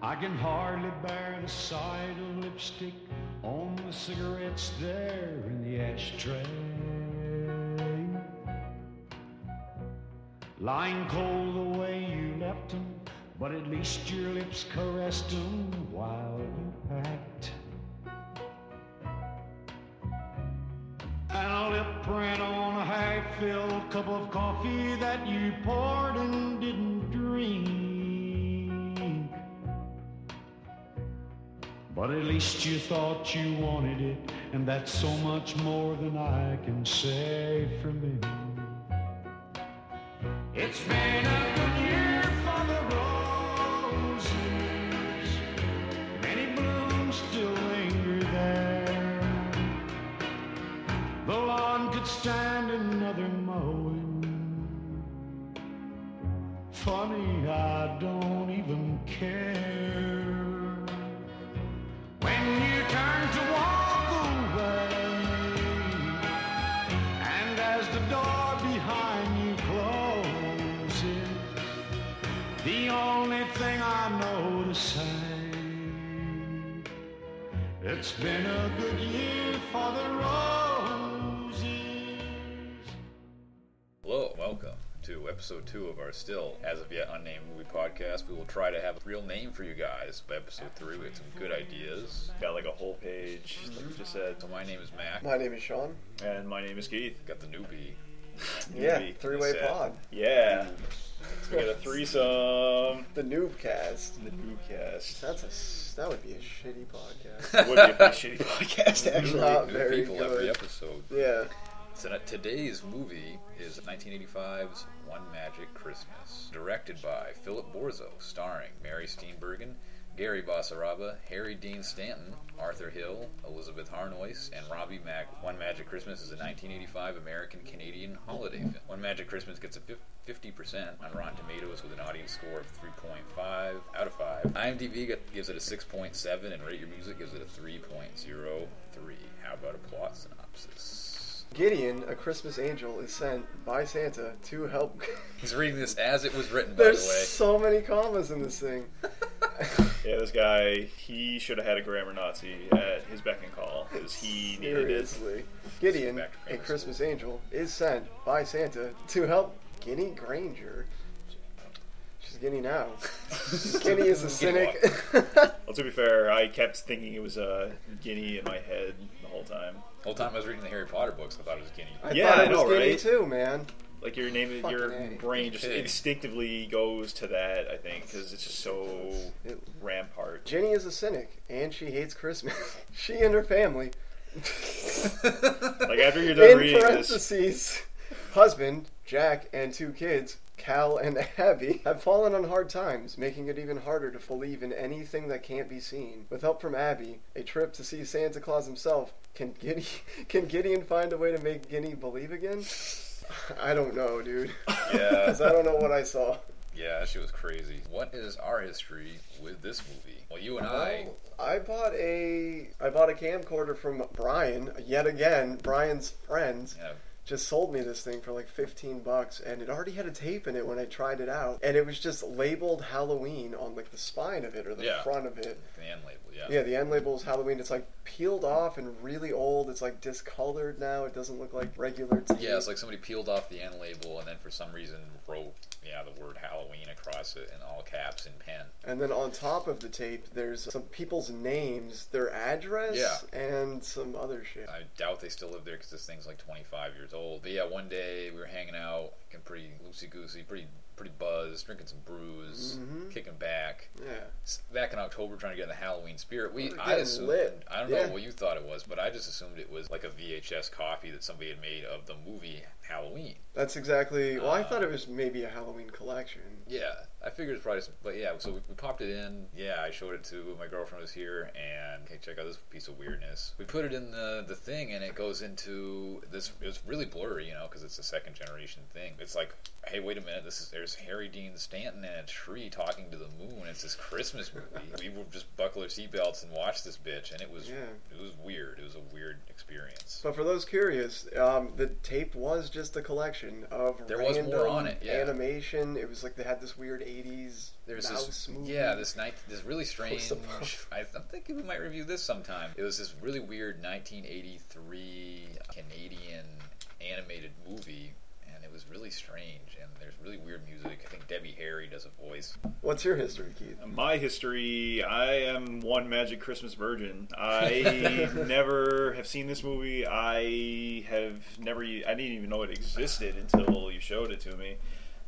I can hardly bear the sight of lipstick on the cigarettes there in the ashtray. Lying cold the way you left 'em, but at least your lips caressed 'em while you packed. And a lip print on a half-filled cup of coffee that you poured and didn't drink. But at least you thought you wanted it, and that's so much more than I can say for me. It's been a good year for the roses. Many blooms still linger there. The lawn could stand another mowing. Funny, I don't even care. When you turn to walk away, and as the door behind you closes, the only thing I know to say it's been a good year for the roses. Hello, welcome to episode two of our still as of yet unnamed movie podcast. We will try to have a real name for you guys by episode three. We had some good ideas. Got like a whole page. Just said, So my name is Mac. My name is Sean. and my name is Keith. Got the newbie. Yeah, Newbie. three way Set. pod. Yeah. So we got a threesome. The noob cast. The Noobcast. That's a s- that would be a shitty podcast. That would be a pretty shitty podcast, actually. Not New Uh, very people every good. episode. yeah. So now today's movie is 1985's One Magic Christmas, directed by Philip Borzo, starring Mary Steenburgen, Gary Basaraba, Harry Dean Stanton, Arthur Hill, Elizabeth Harnois, and Robbie Mack. One Magic Christmas is a 1985 American Canadian holiday film. One Magic Christmas gets a fif- 50% on Rotten Tomatoes with an audience score of 3.5 out of 5. IMDb get- gives it a 6.7, and Rate Your Music gives it a 3.03. How about a plot synopsis? Gideon, a Christmas angel, is sent by Santa to help. He's reading this as it was written, by There's the way. so many commas in this thing. Yeah, this guy, he should have had a grammar Nazi at his beck and call because he needed it. Seriously. Gideon, Back to a grammar Christmas angel, is sent by Santa to help Guinea Granger. She's Guinea now. Guinea is a cynic. Well, to be fair, I kept thinking it was a guinea in my head the whole time. The whole time I was reading the Harry Potter books, I thought it was Guinea. I Yeah, thought I it was know, Guinea right? too, man. Like your name, Fucking your A. brain just Okay. instinctively goes to that. I think because it's just so It- rampart. Jenny is a cynic, and she hates Christmas. she and her family. Like after you're done In reading this, parentheses, husband, Jack, and two kids, Cal and Abby, have fallen on hard times, making it even harder to believe in anything that can't be seen. With help from Abby, a trip to see Santa Claus himself, can Gideon, can Gideon find a way to make Guinea believe again? I don't know, dude. Because Yeah, I don't know what I saw. yeah, that shit was crazy. What is our history with this movie? Well, you and I, Oh. I bought a I bought a camcorder from Brian yet again. Brian's friends yeah, just sold me this thing for like 15 bucks and it already had a tape in it when I tried it out and it was just labeled Halloween on like the spine of it or the Yeah. front of it. the end label, yeah. Yeah, the end label is Halloween. It's like peeled off and really old. It's like discolored now. It doesn't look like regular tape. Yeah, it's like somebody peeled off the end label and then for some reason wrote, yeah, the word Halloween across it in all caps in pen. And then on top of the tape, there's some people's names, their address, Yeah. and some other shit. I doubt they still live there because this thing's like 25 years old. But yeah, one day we were hanging out, getting pretty loosey goosey, pretty pretty buzzed, drinking some brews, Mm-hmm. kicking back. Yeah. s- back in October trying to get in the Halloween spirit. We, We're I getting assumed, lit. I don't Yeah. know what you thought it was, but I just assumed it was like a VHS copy that somebody had made of the movie Halloween. That's exactly. Well, I thought Ah. it was maybe a Halloween collection. Yeah, I figured it's probably, some, but yeah. So we, we popped it in. Yeah, I showed it to my girlfriend was here, and hey, check out this piece of weirdness. We put it in the the thing, and it goes into this. It's really blurry, you know, because it's a second generation thing. It's like, hey, wait a minute, this is there's Harry Dean Stanton in a tree talking to the moon. It's this Christmas movie. we would just buckle our seatbelts and watch this bitch, and it was Yeah. it was weird. It was a weird experience. Yes. But for those curious, um, the tape was just a collection of There was more random on it, yeah. animation. It was like they had this weird '80s There's mouse this, movie. yeah, this night, this really strange. What's the problem? I, I'm thinking we might review this sometime. It was this really weird 1983 Canadian animated movie, and it was really strange. And there's really weird music. I think Debbie Harry does a voice. What's your history, Keith? My history, I am one magic Christmas virgin. I never have seen this movie. I have never, e- I didn't even know it existed until you showed it to me.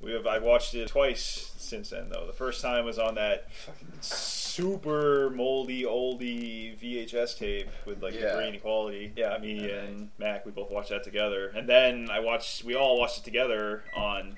We have, I watched it twice since then, though. The first time was on that fucking super moldy, oldie VHS tape with like Yeah. the grainy quality. Yeah, me and Mac, we both watched that together. And then I watched, we all watched it together on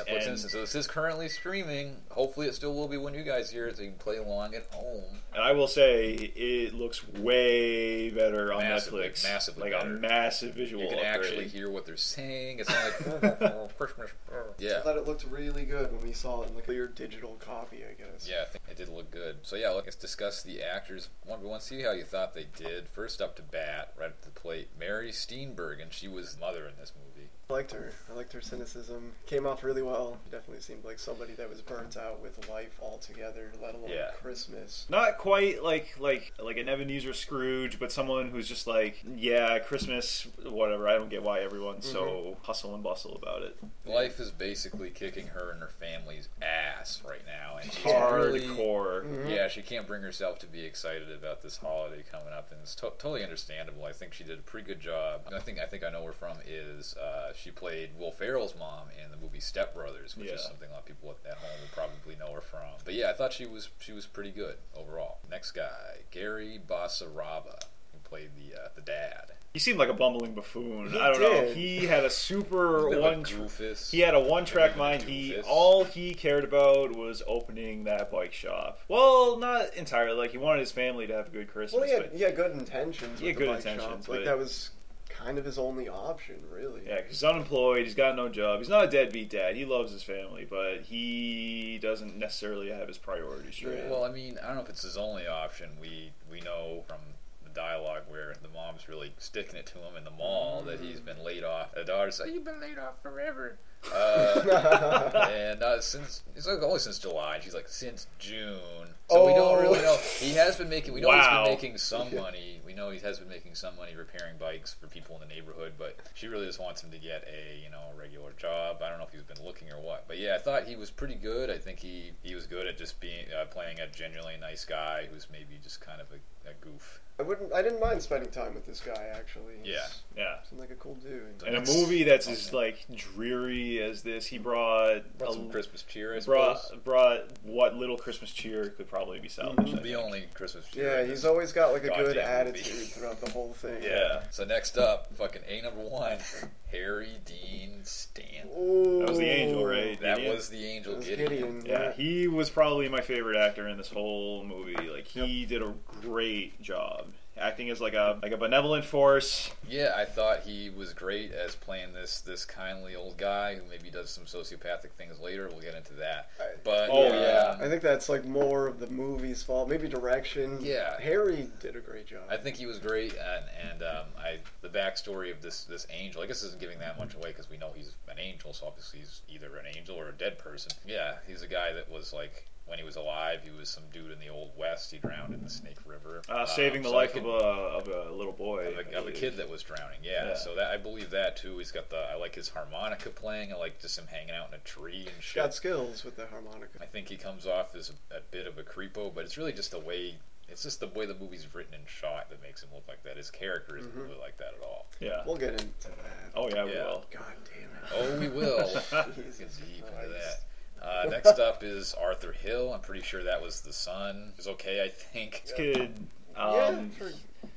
Netflix and Instant. So this is currently streaming. Hopefully, it still will be when you guys hear it, so you can play along at home. And I will say it looks way better on Massively, Netflix. massively like better. a massive visual You can upgrade. actually hear what they're saying. It's not like Christmas. I yeah. thought it looked really good when we saw it in the clear digital copy. I guess. Yeah, I think it did look good. So yeah, let's discuss the actors one by one. See how you thought they did. First up to bat, right up to the plate, Mary Steenburgen. she was the mother in this movie. I liked her. I liked her cynicism. Came off really well. Definitely seemed like somebody that was burnt out with life altogether, let alone Yeah. Christmas. Not quite like like like an Ebenezer Scrooge, but someone who's just like, yeah, Christmas, whatever. I don't get why everyone's Mm-hmm. so hustle and bustle about it. Life is basically kicking her and her family's ass right now, and she's really Hardcore. yeah, she can't bring herself to be excited about this holiday coming up, and it's to- totally understandable. I think she did a pretty good job. And I think I think I know where from is uh, she played Will Ferrell's mom in the movie Step Brothers, which is Yeah. something a lot of people at at home will probably know her from. But yeah, I thought she was she was pretty good overall. Next guy, Gary Basaraba, who played the uh, the dad. He seemed like a bumbling buffoon. He I don't know. did. He had a super Bit of a one. Tr- goofus. he had a Bit one-track of a mind. He doofus. all he cared about was opening that bike shop. Well, not entirely. Like he wanted his family to have a good Christmas. Well, he had, but he had good intentions. He with had the good bike shop. intentions, Like but- that was kind of his only option, really. Yeah, 'cause he's unemployed. He's got no job. He's not a deadbeat dad. He loves his family, but he doesn't necessarily have his priorities straight. Yeah. Well, I mean, I don't know if it's his only option. We we know from the dialogue where the mom's really sticking it to him in the mall that he's been laid off. The daughter's like, "You've been laid off forever," uh, and uh, since it's like only since July. And she's like, "Since June." So we Oh. don't really know. He has been making. We know he's Wow. been making some money. We know he has been making some money repairing bikes for people in the neighborhood. But she really just wants him to get a you know a regular job. I don't know if he's been looking or what. But yeah, I thought he was pretty good. I think he he was good at just being uh, playing a genuinely nice guy who's maybe just kind of a, a goof. I wouldn't. I didn't mind spending time with this guy actually. He's- Yeah. Yeah. Seemed like a cool dude. In a movie that's as like dreary as this, he brought Brought a- some Christmas cheer. I suppose. brought, brought what little Christmas cheer could probably be salvaged. I the think. only Christmas cheer. Yeah, he's always got like a Goddamn good movie. attitude throughout the whole thing. Yeah. So next up, fucking A number one, Harry Dean Stanton. Ooh. That was the angel, right? That Gideon? was the angel That was Gideon. Gideon. Yeah, he was probably my favorite actor in this whole movie. Like he did a great job acting as like a like a benevolent force. Yeah, I thought he was great as playing this this kindly old guy who maybe does some sociopathic things later. We'll get into that. I- But uh, Oh, yeah. I think that's like more of the movie's fault, maybe direction. Yeah. Harry did a great job. I think he was great, and, and um, I the backstory of this this angel. I guess this isn't giving that much away because we know he's an angel, so obviously he's either an angel or a dead person. Yeah, he's a guy that was like when he was alive, he was some dude in the old west. He drowned in the Snake River, Um, Uh, saving the so I life could- of a of a little boy, of I a, of a believe. kid that was drowning. Yeah, Yeah. so that I believe that too. He's got the I like his harmonica playing. I like just him hanging out in a tree and shit. got skills with the harmonica. I think he comes off as a, a bit of a creepo, but it's really just the way it's just the way the movie's written and shot that makes him look like that. His character isn't really like that at all. Yeah. We'll get into that. Oh yeah, we Yeah. will. God damn Oh, we will. it. Let's get Jesus deep into Christ. that. Uh, next up is Arthur Hill. I'm pretty sure that was the son. It was okay, I think. This kid. Um, yeah, for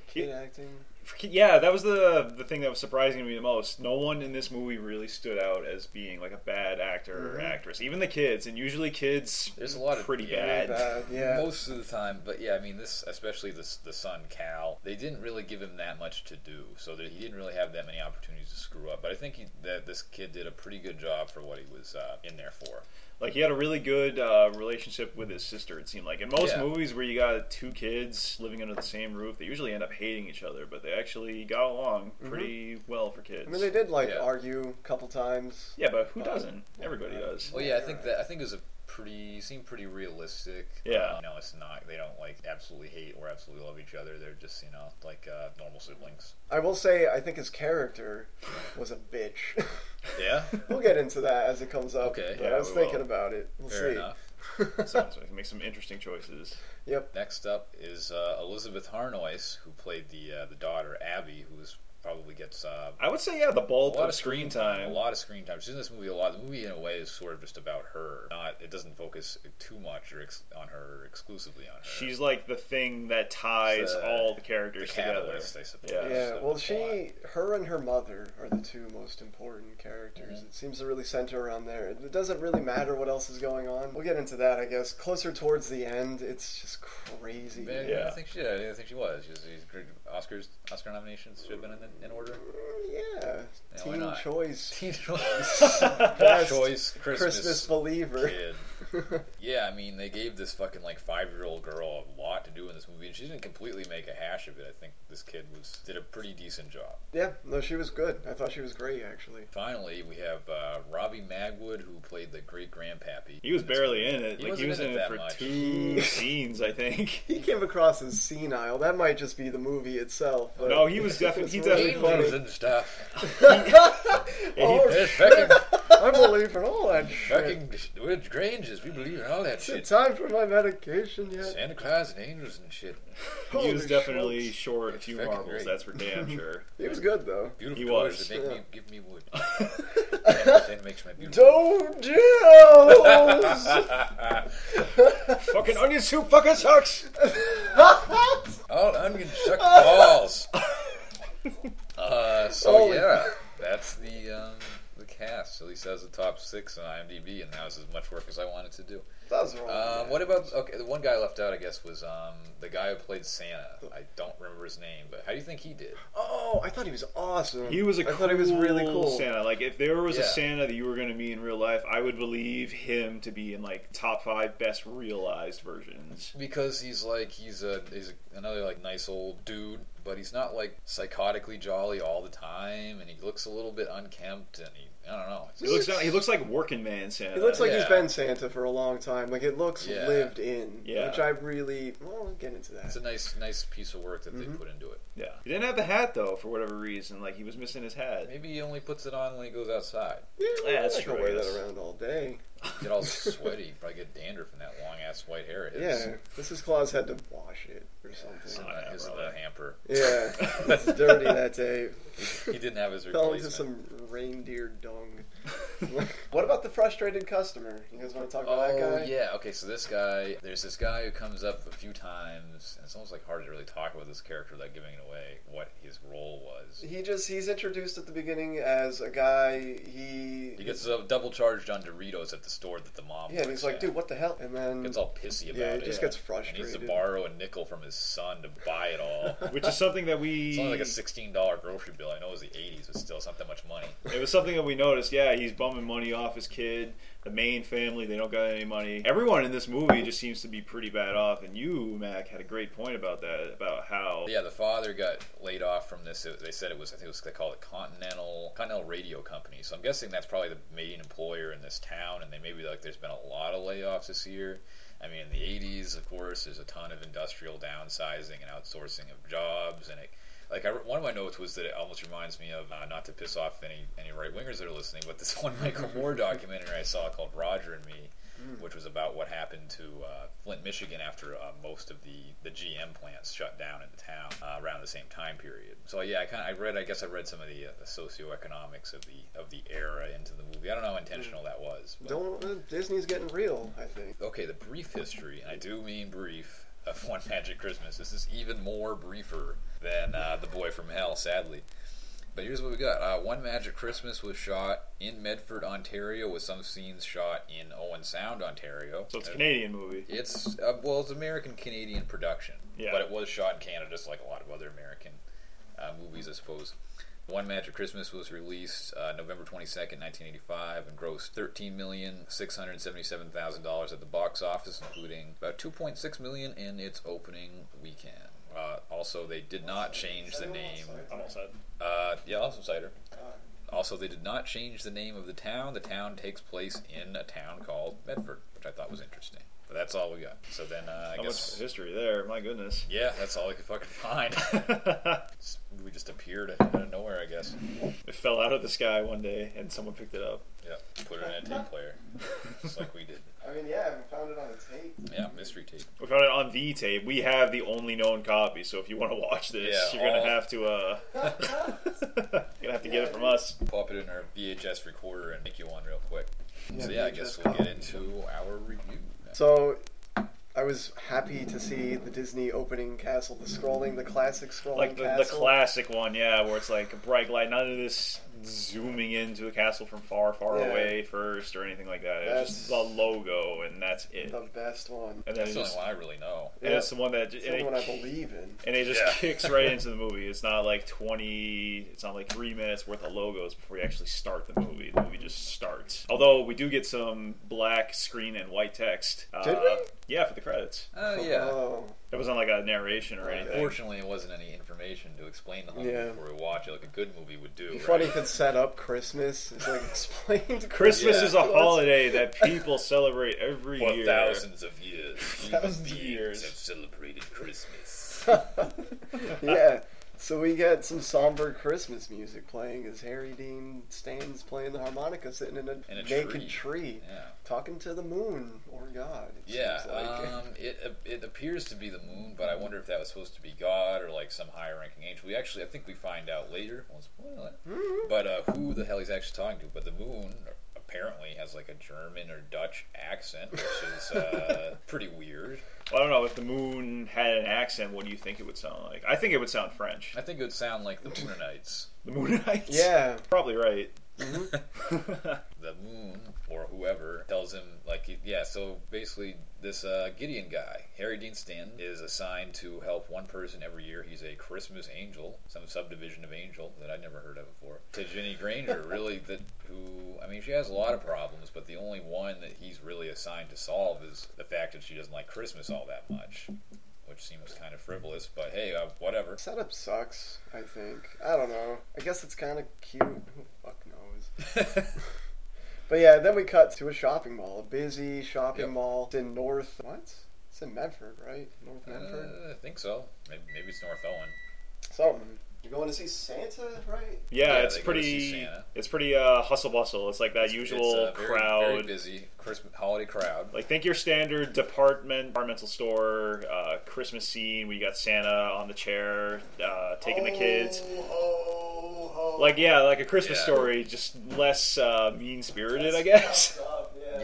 he- kid acting. for- yeah, that was the the thing that was surprising to me the most. No one in this movie really stood out as being like a bad actor or actress. Even the kids, and usually kids, There's a lot of- pretty yeah. bad. Bad, yeah. Most of the time, but yeah, I mean, this, especially this, the son Cal, they didn't really give him that much to do, so that he didn't really have that many opportunities to screw up. But I think he, that this kid did a pretty good job for what he was uh, in there for. Like he had a really good uh, relationship with his sister. It seemed like in most Yeah. movies where you got two kids living under the same roof, they usually end up hating each other, but they actually got along pretty well for kids. I mean, they did like Yeah. argue a couple times. Yeah, but who doesn't? Everybody does. Well, yeah, I think that I think it was a pretty seemed pretty realistic. Yeah. you know, it's not they don't like absolutely hate or absolutely love each other. They're just you know like uh, normal siblings. I will say, I think his character was a bitch. Yeah, we'll get into that as it comes up. Okay. but Yeah, I was we thinking will. about it. We'll fair see. enough. Sounds like they make some interesting choices. Yep. Next up is uh, Elizabeth Harnois, who played the uh, the daughter Abby, who's probably gets uh, I would say yeah, the a bulk lot of of screen a time. lot of screen time. She's in this movie a lot. The movie, in a way, is sort of just about her. Not it doesn't focus too much or ex- on her or exclusively on her. She's like the thing that ties The- all the the characters together. catalyst, I suppose. Yeah. Yeah. of Well, the she, her, and her mother are the two most important Mm-hmm. characters. It seems to really center around there. It doesn't really matter what else is going on. We'll get into that, I guess. Closer towards the end, it's just crazy. Yeah, Yeah. I think she. I think she was. She's, she's great. Oscars, Oscar nominations should have been in, in order. Yeah. Yeah, why Teen not? choice. Teen choice, choice Christmas, Christmas, believer. kid. Yeah, I mean, they gave this fucking like five-year-old girl a lot to do in this movie, and she didn't completely make a hash of it. I think this kid was did a pretty decent job. Yeah, no, she was good. I thought she was great, actually. Finally, we have uh, Robbie Magwood, who played the great grandpappy. He was barely in it. He like he wasn't in was in it it that for much. two scenes, I think. He came across as senile. That might just be the movie itself. but- No, he was definitely he It's really definitely funny. Aliens and stuff. Oh, There's shit. fucking, I believe in all that shit. fucking we're Granges. We believe in all that Is it shit. time for my medication yet? Santa Claus and angels and shit. He Holy was definitely smokes. short a few Fucking marbles, great. that's for damn sure. He was good, though. Beautiful He colors was. that make Yeah. me give me wood. that makes my beautiful. Dojos! Fucking onion soup fucking sucks! All onion suck balls. uh, so Holy- yeah, that's the um, the cast. At least that was the top six on IMDb, and that was as much work as I wanted to do. that was wrong. Um, what about okay? The one guy left out, I guess, was um, the guy who played Santa. I don't remember his name, but how do you think he did? Oh, I thought he was awesome. He was a I thought he was really cool. Santa. Like if there was Yeah. a Santa that you were gonna meet in real life, I would believe him to be in like top five best realized versions. Because he's like he's a he's a, another like nice old dude, but he's not like psychotically jolly all the time, and he looks a little bit unkempt, and he I don't know. It's He looks he looks like working man Santa. He looks like he's Yeah. been Santa for a long time. Like, it looks Yeah. lived in. Yeah. Which I really. Well, we'll get into It's that. a nice, nice piece of work that they put into it. Yeah. He didn't have the hat though, for whatever reason. Like he was missing his hat. Maybe he only puts it on when he goes outside. yeah, Yeah, that's I can true, I wear that guess. around all day. Get all sweaty, probably get dander from that long ass white hair. Of his. Yeah, Mrs. Claus had to wash it or It's in something. that, it's in that uh, hamper. Yeah, it's dirty that day. He didn't have his Fell into replacement. some reindeer dung. what about the frustrated customer? You guys want to talk about oh that guy? yeah, okay. So this guy, there's this guy who comes up a few times, and it's almost like hard to really talk about this character without giving away what his role was. He just he's introduced at the beginning as a guy he He gets uh, double charged on Doritos at the store that the mom. yeah, and works he's like, at. dude, what the hell? And then Gets all pissy about yeah, it. he just yeah. gets and he needs to frustrated. borrow a nickel from his son to buy it all. Which is something that we It's only like a sixteen dollar grocery bill. I know it was the eighties, but still, it's not that much money. It was something that we noticed. Yeah, he's bumming money off his kid. The main family, they don't got any money. Everyone in this movie just seems to be pretty bad off. And you, Mac, had a great point about that, about how Yeah, the father got laid off from this. It- They said it was, I think it was, they call it Continental Continental Radio Company. So I'm guessing that's probably the main employer in this town. And they maybe like there's been a lot of layoffs this year. I mean, in the '80s, of course, there's a ton of industrial downsizing and outsourcing of jobs, and it. Like I, one of my notes was that it almost reminds me of uh, not to piss off any any right wingers that are listening, but this one Michael Moore documentary I saw called Roger and Me, which was about what happened to uh, Flint, Michigan after uh, most of the, the GM plants shut down in the town uh, around the same time period. So yeah, I kind of I read I guess I read some of the, uh, the socioeconomics of the of the era into the movie. I don't know how intentional that was. but- Don't uh, Disney's getting real, I think. okay, the brief history, and I do mean brief, of One Magic Christmas. This is even more briefer than uh, The Boy from Hell, sadly. But here's what we got. Uh, One Magic Christmas was shot in Medford, Ontario, with some scenes shot in Owen Sound, Ontario. so it's a Uh, Canadian movie. It's uh, well, it's American Canadian production, Yeah. but it was shot in Canada, just like a lot of other American uh, movies, I suppose. One Magic Christmas was released uh, November 22nd, 1985, and grossed $13,677,000 at the box office, including about $2.6 million in its opening weekend. Uh, also, they did not change the name. I'm all set. Uh, yeah, I'll have some cider. Also, they did not change the name of the town. The town takes place in a town called Medford, which I thought was interesting. But that's all we got. So then uh, I How much guess. history there? My goodness. Yeah, that's all I could fucking find. it we just appeared out of nowhere, I guess. fell out of the sky one day, and someone picked it up. Yeah, put it in a tape player, just like we did. I mean, yeah, we found it on a tape. Yeah, mystery tape. We found it on the tape. We have the only known copy, so if you want to watch this, Yeah, you're all- gonna have to uh, you're gonna have to get it from us. Pop it in our VHS recorder and make you one real quick. so yeah, I VHS guess we'll get copy. into our review. So, I was happy to see the Disney opening castle, the scrolling, the classic scrolling Like the, the castle. classic one, yeah, where it's like a bright light, none of this zooming into a castle from far, far Yeah. away first or anything like that. It was just the That's- logo, and that's it. the best one. And then That's it the only just, one I really know. and it's the one that It's just, the and only it one I ki- believe in. and it just Yeah. kicks right into the movie. It's not like twenty. It's not like three minutes worth of logos before you actually start the movie. The movie just starts. Although we do get some black screen and white text. Uh, Did we? Yeah, for the credits. Oh yeah. Oh, It wasn't like a narration or Okay. anything. Fortunately, it wasn't any information to explain the whole Yeah. movie before we watch it, like a good movie would do. it'd be right? funny if it set up Christmas. It's like explained Christmas Yeah. is a holiday that people celebrate every For year. thousands of years, Thousands human of beings years. have celebrated Christmas. yeah. So we get some somber Christmas music playing as Harry Dean Stan's playing the harmonica, sitting in a, In a tree. naked tree. Yeah. talking to the moon or God. It Yeah, seems like. um, it it appears to be the moon, but I wonder if that was supposed to be God or like some higher-ranking angel. We actually, I think we find out later. We'll spoil it. Mm-hmm. But uh, who the hell he's actually talking to? But the moon apparently has like a German or Dutch accent, which is uh, pretty weird. Well, I don't know if the moon had an accent. What do you think it would sound like? I think it would sound French. I think it would sound like the Moonanites. The Moonites. yeah. probably right. the moon or whoever tells him like he- yeah so basically this uh, gideon guy harry dean stanton is assigned to help one person every year he's a christmas angel some subdivision of angel that i'd never heard of before to jenny granger really that who i mean she has a lot of problems but the only one that he's really assigned to solve is the fact that she doesn't like christmas all that much which seems kind of frivolous but hey uh, whatever Setup sucks, I think. I don't know. I guess it's kind of cute. Who the fuck knows? But yeah, then we cut to a shopping mall, a busy shopping Yep. mall. It's in North. What? It's in Medford, right? North Medford? Uh, i think so maybe, maybe it's north owen Something. You're going to see Santa, right? Yeah, Yeah, it's they go to see pretty. Santa. It's pretty uh, hustle bustle. It's like that usual it's, uh, very- crowd. very busy christmas holiday crowd Like think your standard department, departmental store, uh, Christmas scene. where you got Santa on the chair, uh, taking the kids. Oh, Like yeah, like a Christmas Yeah. story, just less uh, mean spirited, I guess.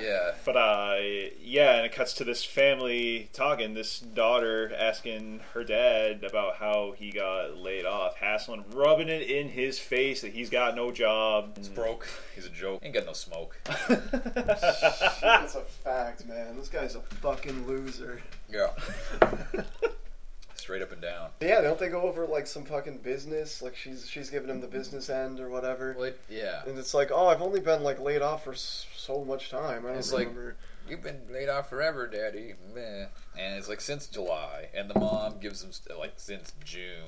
Yeah, But uh, yeah, and it cuts to this family talking. This daughter asking her dad about how he got laid off, hassling, rubbing it in his face that he's got no job. he's broke. He's a joke. Ain't got no smoke. That's a fact, man. This guy's a fucking loser. Yeah. Straight up and down. Yeah, don't they go over like some fucking business? Like she's she's giving him the business end or whatever. Well, it- yeah. And it's like, oh, I've only been like laid off for s- so much time. I don't It's like- remember. You've been laid off forever, Daddy. Meh. And it's like since July, and the mom gives him st- like since June.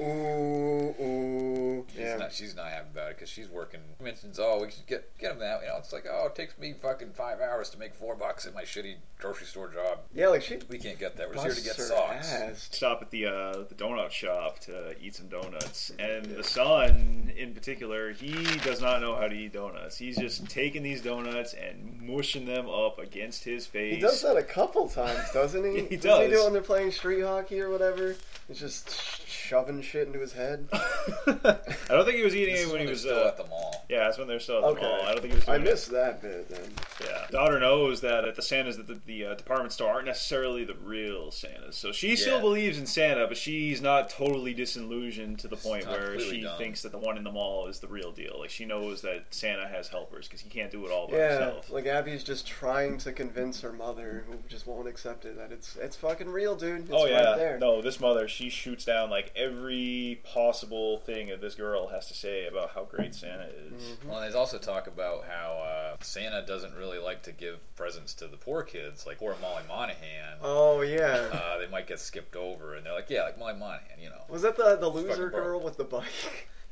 ooh, ooh, She's yeah. not. She's not happy about it because she's working. She mentions, oh, we should get get him that. You know, it's like, oh, it takes me fucking five hours to make four bucks at my shitty grocery store job. yeah, like she We can't get that. We're just here to get busts her socks. ass. stop at the uh, the donut shop to eat some donuts, and the son in particular, he does not know how to eat donuts. He's just taking these donuts and mushing them up against his face. He does that a couple times, doesn't he? He Doesn't he does. do it when they're playing street hockey or whatever? He's just sh- shoving shit into his head. I don't think he was eating This it is when he they're was. still Uh, at the mall. yeah, that's when they're still at the Okay. mall. I don't think he was. I Doing it. missed that bit then. Yeah, daughter knows that at the Santas that the, the uh, department store aren't necessarily the real Santas, so she Yeah. still believes in Santa, but she's not totally disillusioned to the point not where completely she dumb. thinks that the one in the mall is the real deal. Like she knows that Santa has helpers because he can't do it all by Yeah, himself. like Abby's just trying to convince her mother, who just won't accept it, that it's it's fucking real, dude. It's oh yeah, right there. no, this mother she shoots down like every possible thing that this girl has to say about how great Santa is. Mm-hmm. Well, there's also talk about how uh, Santa doesn't really like to give presents to the poor kids, like poor Molly Monahan. Oh yeah. Uh, they might get skipped over, and they're like, "Yeah, like Molly Monahan, you know." Was that the the loser fucking broke. girl with the bike?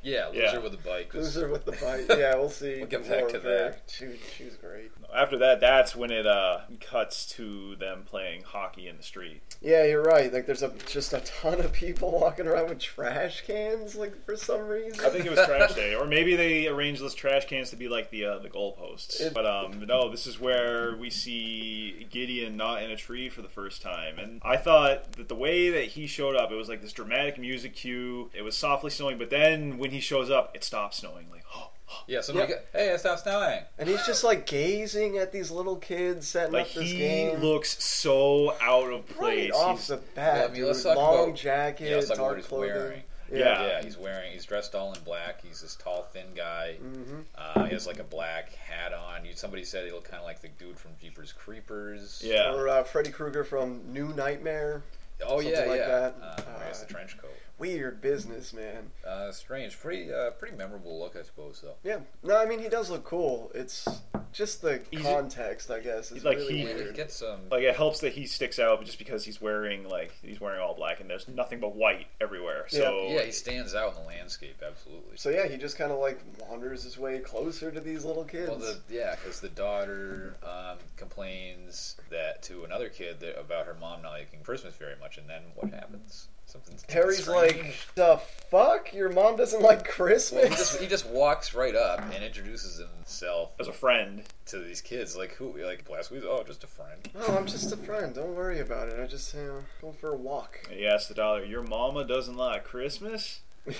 Yeah, loser Yeah. with a bike. was- loser with the bike. Yeah, we'll see. We'll get more back to of her. that. She she was great. After that, that's when it uh, cuts to them playing hockey in the street. Yeah, you're right. Like there's a just a ton of people walking around with trash cans, like for some reason. I think it was trash day, or maybe they arranged those trash cans to be like the uh, the goalposts. It- but um, no, this is where we see Gideon not in a tree for the first time, and I thought that the way that he showed up, it was like this dramatic music cue. It was softly snowing, but then when he shows up, it stops snowing. Like, oh, yeah, somebody Yeah. got, hey, it stops snowing. and he's just like gazing at these little kids setting like up this he game. looks so out of place. right off He's- the bat, Well, I mean, dude. let's talk long about- jacket, yeah, let's talk about what dark he's clothing. wearing. Yeah. Yeah, he's wearing. He's dressed all in black. He's this tall, thin guy. hmm Uh, he has like a black hat on. You, somebody said he looked kind of like the dude from Jeepers Creepers. yeah. Or uh, Freddy Krueger from New Nightmare. Oh Something yeah, like yeah. that. Uh, wears the trench coat. Weird business, man. Uh, strange. Pretty, uh, pretty memorable look, I suppose. Though. Yeah. No, I mean he does look cool. It's just the He's- context, I guess. Is he's like really he- Yeah, it weird. gets um. Like it helps that he sticks out just because he's wearing like he's wearing all black and there's nothing but white everywhere. Oh. So Yeah, he stands out in the landscape. Absolutely. So yeah, he just kind of like wanders his way closer to these little kids. Well, the, yeah, because the daughter um, complains that to another kid that, about her mom not liking Christmas very much, and then what happens? Something. Harry's strange. like, the fuck? Your mom doesn't like Well, Christmas? he just he just walks right up and introduces himself as a friend, to these kids. Like who? Like Blasquez? Oh, just a friend. oh, I'm just a friend. Don't worry about it. I just you know, go for a walk. And he asks the dollar, "Your mama doesn't like Christmas?"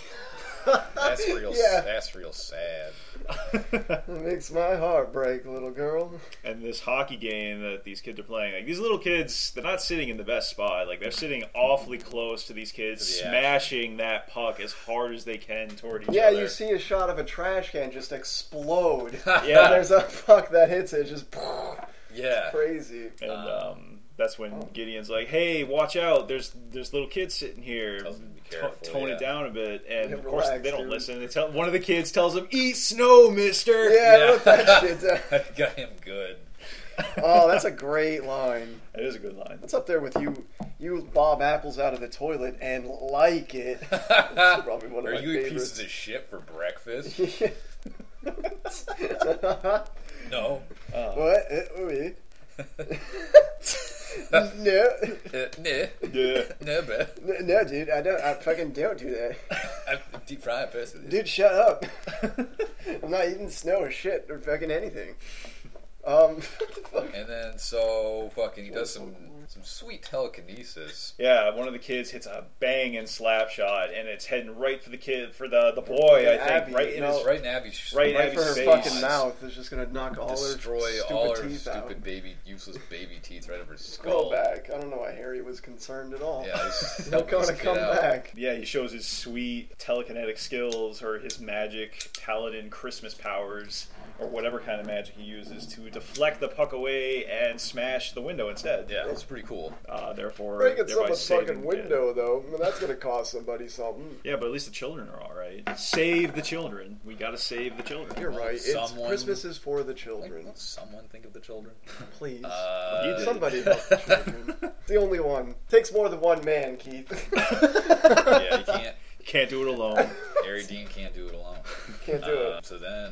That's real. Yeah. That's real sad. It makes my heart break, little girl. and this hockey game that these kids are playing, like these little kids, they're not sitting in the best spot. Like they're sitting awfully close to these kids, To the action. smashing that puck as hard as they can toward each Yeah, other. you see a shot of a trash can just explode. Yeah. And there's a fuck that hits it, just Yeah. crazy. and Uh, um, that's oh. when Gideon's like, "Hey, watch out! There's there's little kids sitting here. Tells them to be To- careful, tone yeah. it down a bit." And Yeah, of course, relax, they don't dude. listen. They tell one of the kids tells him, "Eat snow, Mister." Yeah, Yeah. what that shit down. Got him good. Oh, that's a great line. it is a good line. That's up there with you. You bob apples out of the toilet and like it. That's probably one of Are my you eating pieces favorites. of shit for breakfast? what? no. Uh, oh, yeah. no, Uh, nah. Yeah. No, bro. no, dude, I don't. I fucking don't do that. I'm a deep fried person. Dude, shut up. I'm not eating snow or shit or fucking anything. Um, what the fuck? And then so fucking he does some some sweet telekinesis. Yeah, one of the kids hits a bang and slap shot, and it's heading right for the kid, for the the boy, I think, Abby, right in no. his. It's right in Abby's Right in Right for her Abby's fucking face. mouth is just gonna knock all her Destroy stupid all her teeth out. stupid baby, useless baby teeth right over her Go skull. back. I don't know why Harry was concerned at all. Yeah, he's They're helping gonna this kid come out. back. Yeah, he shows his sweet telekinetic skills or his magic paladin Christmas powers or whatever kind of magic he uses to deflect the puck away and smash the window instead. Yeah, it's pretty cool. Uh, therefore, Breaking thereby someone's saving fucking the window, though, I mean, that's gonna cost somebody something. kid. Yeah, but at least the children are all right. Save the children. We gotta save the children. You're right. It's, Someone- Christmas is for the Like, children. won't someone think of the children? Please. Uh, You did. Somebody help the children. It's the only one. Takes more than one man, Keith. yeah, you can't. Can't do it alone. Harry Dean can't do it alone. Can't do Uh, so then,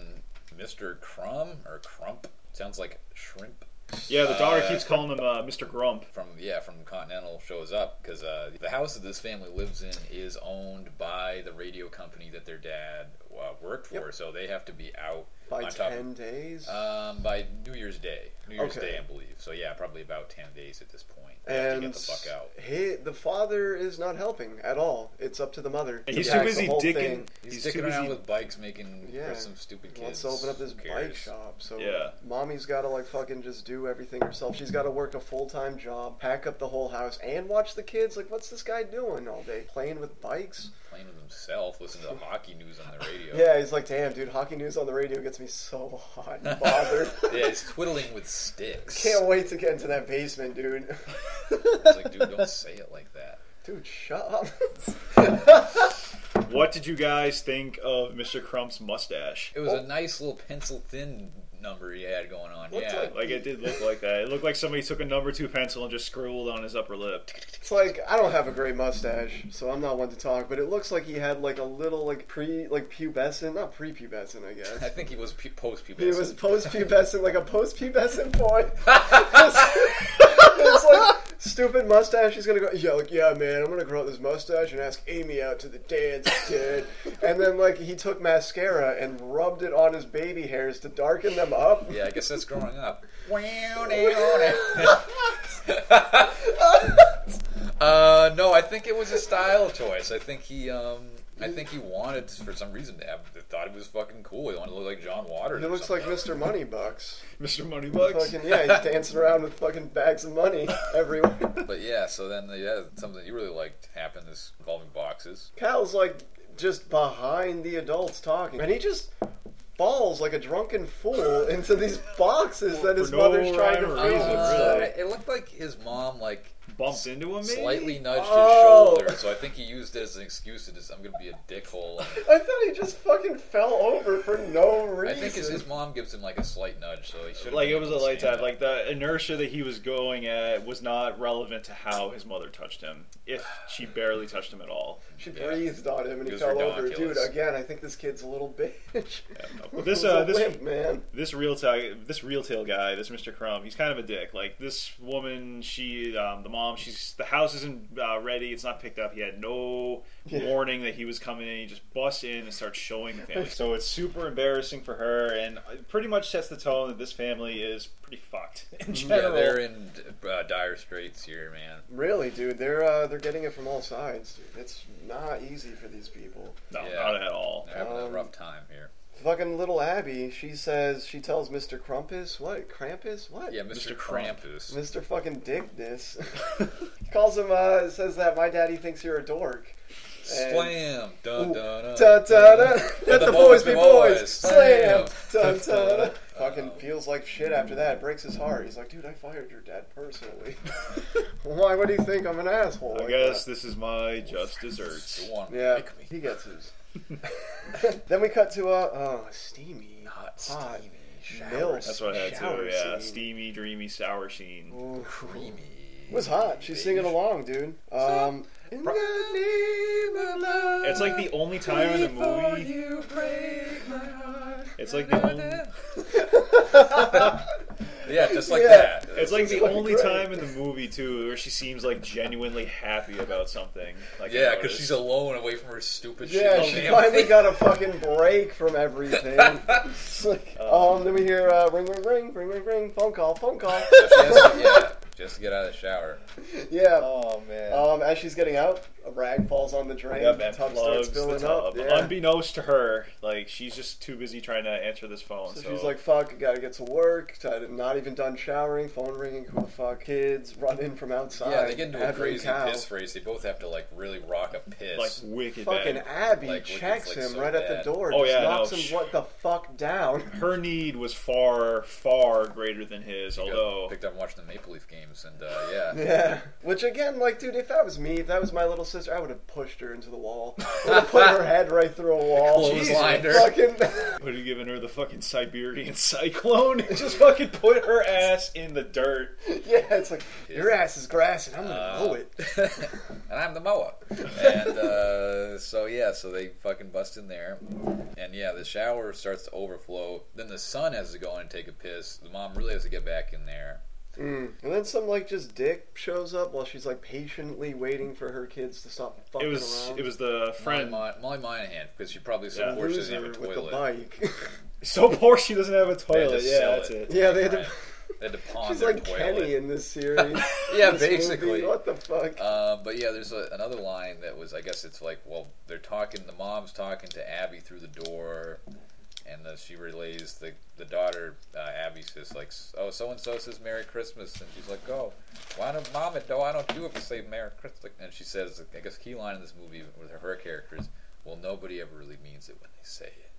Mr. Crumb or Crump sounds like shrimp Yeah, the daughter Uh, keeps calling him uh, Mr. Grump. from yeah from Continental shows up because uh, the house that this family lives in is owned by the radio company that their dad uh, worked for, so they have to be out it. By on top ten days. um, by New Year's Day. New Year's Okay. Day, I believe. So yeah, probably about ten days at this point. They have to and get the fuck out. he, the father is not helping at all. It's up to the mother. to He's too pack the busy whole dicking. thing. He's, He's sticking too busy- around with bikes, making Yeah. for some stupid He kids. wants to open up this Who bike cares? shop, so Yeah. mommy's got to like fucking just do everything herself. She's got to work a full time job, pack up the whole house, and watch the kids. Like, what's this guy doing all day? Playing with bikes? playing with himself, listening to the hockey news on the radio. Yeah, he's like, damn, dude, hockey news on the radio gets me so hot and bothered. Yeah, he's twiddling with sticks. Can't wait to get into that basement, dude. It's like, dude, don't say it like that. Dude, shut up. What did you guys think of Mr. Crump's mustache? It was Oh. a nice little pencil thin number he had going on. What yeah. the- Like it did look like that. It looked like somebody took a number two pencil and just scribbled on his upper lip. it's like I don't have a great mustache, so I'm not one to talk. But it looks like he had like a little like pre like pubescent, not pre-pubescent, I I guess. think he was pu- post pubescent. He was post-pubescent, like a post-pubescent boy. it's like stupid mustache. He's gonna go. Yeah, like yeah, man, I'm gonna grow out this mustache and ask Amy out to the dance, dude. and then like he took mascara and rubbed it on his baby hairs to darken them up. Yeah, I guess that's growing up. uh, Uh, no, I think it was a style choice. I think he, um, I think he wanted for some reason to have thought he was fucking cool. He wanted to look like John Waters. He or looks like something. Mr. Moneybucks. Mr. Moneybucks. Fucking yeah, he's dancing around with fucking bags of money everywhere. But yeah, so then yeah, something you really liked happened this involving boxes. Cal's like just behind the adults talking, and he just falls like a drunken fool into these boxes that his For no mother's trying to rhyme or freeze him. reason, from. really. It looked like his mom like Bumped into him, maybe? slightly nudged Oh. his shoulder, so I think he used it as an excuse to just I'm gonna be a dickhole. I thought he just fucking fell over for no I reason. think his, his mom gives him like a slight nudge, so he should Like it was a light tap. Like the inertia that he was going at was not relevant to how his mother touched him, if she barely touched him at all. she yeah. breathed on him and he Because fell we're over. Dude, donkulous. again, I think this kid's a little bitch. But this He's a uh, this wimp, man. this real tail this real tail guy this mr crumb he's kind of a dick like this woman she um, the mom she's the house isn't uh, ready it's not picked up he had no Yeah. warning that he was coming in he just busts in and starts showing the family so it's super embarrassing for her and it pretty much sets the tone that this family is pretty fucked in Yeah, general they're in uh, dire straits here, man. Really, dude, they're uh, they're getting it from all sides, dude. It's not easy for these people. no Yeah. not at all They're having a Um, rough time here. Fucking little Abby, she says she tells Mr. Crumpus what? Krampus? What? Yeah, Mr. Mr. Crump. Krampus. Mr. Fucking Dickness. He calls him uh says that my daddy thinks you're a dork. And- Slam! Dun, Ooh. dun, Da, dun. da, da. Let the boys be boys. Slam. Slam. Da, da, da. Fucking feels like shit after that. Breaks his heart. He's like, dude, I fired your dad personally. Why would he think I'm an asshole? i like guess that? this is my just desserts Go on, Yeah, make me he gets his. then we cut to a oh, steamy, hot, hot steamy, shower, milk. that's what i had Shower too yeah scene. steamy dreamy sour scene Ooh. creamy. It was hot. She's singing along, dude. Um, in the name of love, it's like the only time in the movie you break my heart. It's like the only- yeah, just like Yeah. that. It's like the fucking only great. time in the movie too where she seems like genuinely happy about something. Like I yeah, because noticed. she's alone away from her stupid Yeah, shit. Oh, she Damn finally thing. got a fucking break from everything. It's like, um, then we hear uh, ring, ring, ring, ring, ring, ring, phone call, phone call. So she has to- yeah, just to get out of the shower. yeah. Oh man. Um, as she's getting out, a rag falls on the drain. Yeah, the man, tub starts plugs the filling up. tub. Yeah. Unbeknownst to her, like she's just too busy trying to answer this phone. So So, she's like, "Fuck, I gotta get to work." Tired- Not even done showering. Phone ringing. Who the fuck? Kids run in from outside. Yeah, they get into a Abby and crazy Cal. piss race. They both have to like really rock a piss. like wicked Fucking bad. Abby Like, wicked, checks like, him so right at bad. the door. Oh, just yeah, knocks no, him sh- what the fuck down. Her need was far, far greater than his. Got Although picked up watching the Maple Leaf games, and uh, yeah, Yeah. Which again, like, dude, if that was me, if that was my little sister, I would have pushed her into the wall. I would have put her head right through a wall. Clotheslined her. Fucking. would have given her the fucking Siberian cyclone and just fucking put her ass in the dirt. yeah, it's like your ass is grass, and I'm gonna Uh, mow it. and I'm the mower. And uh, so yeah, so they fucking bust in there, and yeah, the shower starts to overflow. Then the son has to go in and take a piss. The mom really has to get back in there. Mm. And then some like just dick shows up while she's like patiently waiting for her kids to stop fucking It was, around. it was the Molly, friend. Mon- Molly Monahan, because she probably Yeah. so poor she doesn't have Loser a with the toilet. bike. So poor she doesn't have a had to toilet. Yeah, sell that's it. it. yeah, they had to. Right. They had to pawn She's their like toilet. Kenny in this series. Yeah, This movie. basically. What the fuck? Uh, but yeah, there's a, another line that was, I guess it's like, well, they're talking, the mom's talking to Abby through the door, and then she relays the the daughter uh, Abby says like, oh so and so says Merry Christmas, and she's like, oh, why don't Mom and no, I don't do it. We say Merry Christmas, and she says, I guess key line in this movie with her, her character is, well, nobody ever really means it when they say it.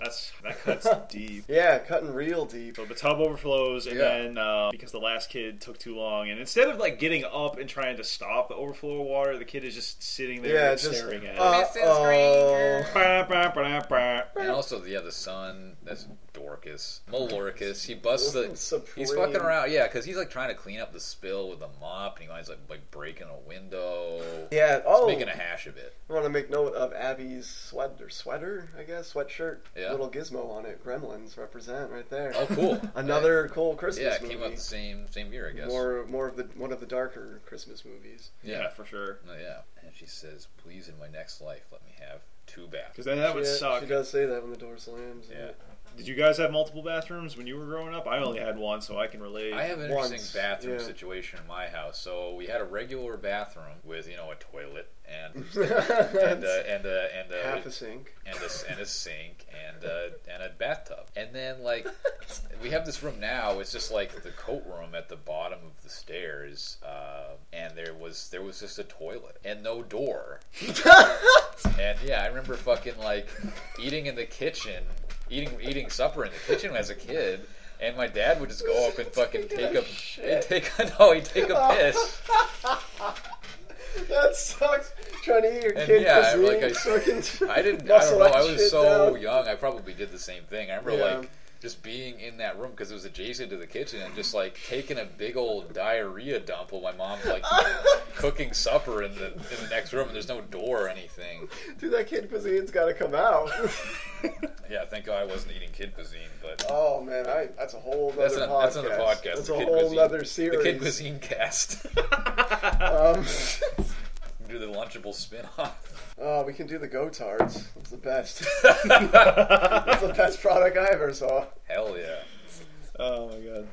That's that cuts deep. Yeah, cutting real deep. So the tub overflows, and Yeah. then uh, because the last kid took too long, and instead of like getting up and trying to stop the overflow of water, the kid is just sitting there Yeah, and just staring at it. uh, Mrs. Granger. Bah, bah, bah, bah. And also, yeah, the son, that's Dorcas. Malorcus. He busts the. Supreme. He's fucking around, yeah, because he's like trying to clean up the spill with a mop, and he winds up like breaking a window. He's Yeah. Oh, making a hash of it. I want to make note of Abby's sweater, sweater, I guess, sweatshirt, Yeah. little gizmo on it. Gremlins represent right there. Oh, cool. Another cool Like, Christmas yeah, it movie. came out the same same year, I guess. More, more of the one of the darker Christmas movies. Yeah. yeah, for sure. No, yeah. And she says, "Please, in my next life, let me have two baths." Because then that she, would suck. She does say that when the door slams. Yeah. Did you guys have multiple bathrooms when you were growing up? I only had one, so I can relate. I have an interesting Once, bathroom yeah. situation in my house. So we had a regular bathroom with you know a toilet and and and, uh, and uh, and uh, half a sink. and a, s- and a sink and a, and a bathtub. And then like we have this room now. It's just like the coat room at the bottom of the stairs. Uh, and there was there was just a toilet and no door. and yeah, I remember fucking like eating in the kitchen, eating eating supper in the kitchen as a kid. And my dad would just go up and fucking take a, and take a no, he'd take a piss. That sucks. Trying to eat your And kid yeah, cuisine. like I- fucking I didn't. I muscle don't know. that I was shit so down. young. I probably did the same thing. I remember Yeah. like just being in that room because it was adjacent to the kitchen and just like taking a big old diarrhea dump while my mom's like cooking supper in the in the next room and there's no door or anything. Dude, that kid cuisine's got to come out. Yeah, thank God I wasn't eating kid cuisine, but oh man, I, that's a whole other that's, an, podcast. that's another podcast. That's the a kid whole cuisine, other series. The kid cuisine cast. Um, Do the Lunchable spin-off. oh, we can do the Gotards. That's the best. That's the best product I ever saw. Hell yeah. oh my god.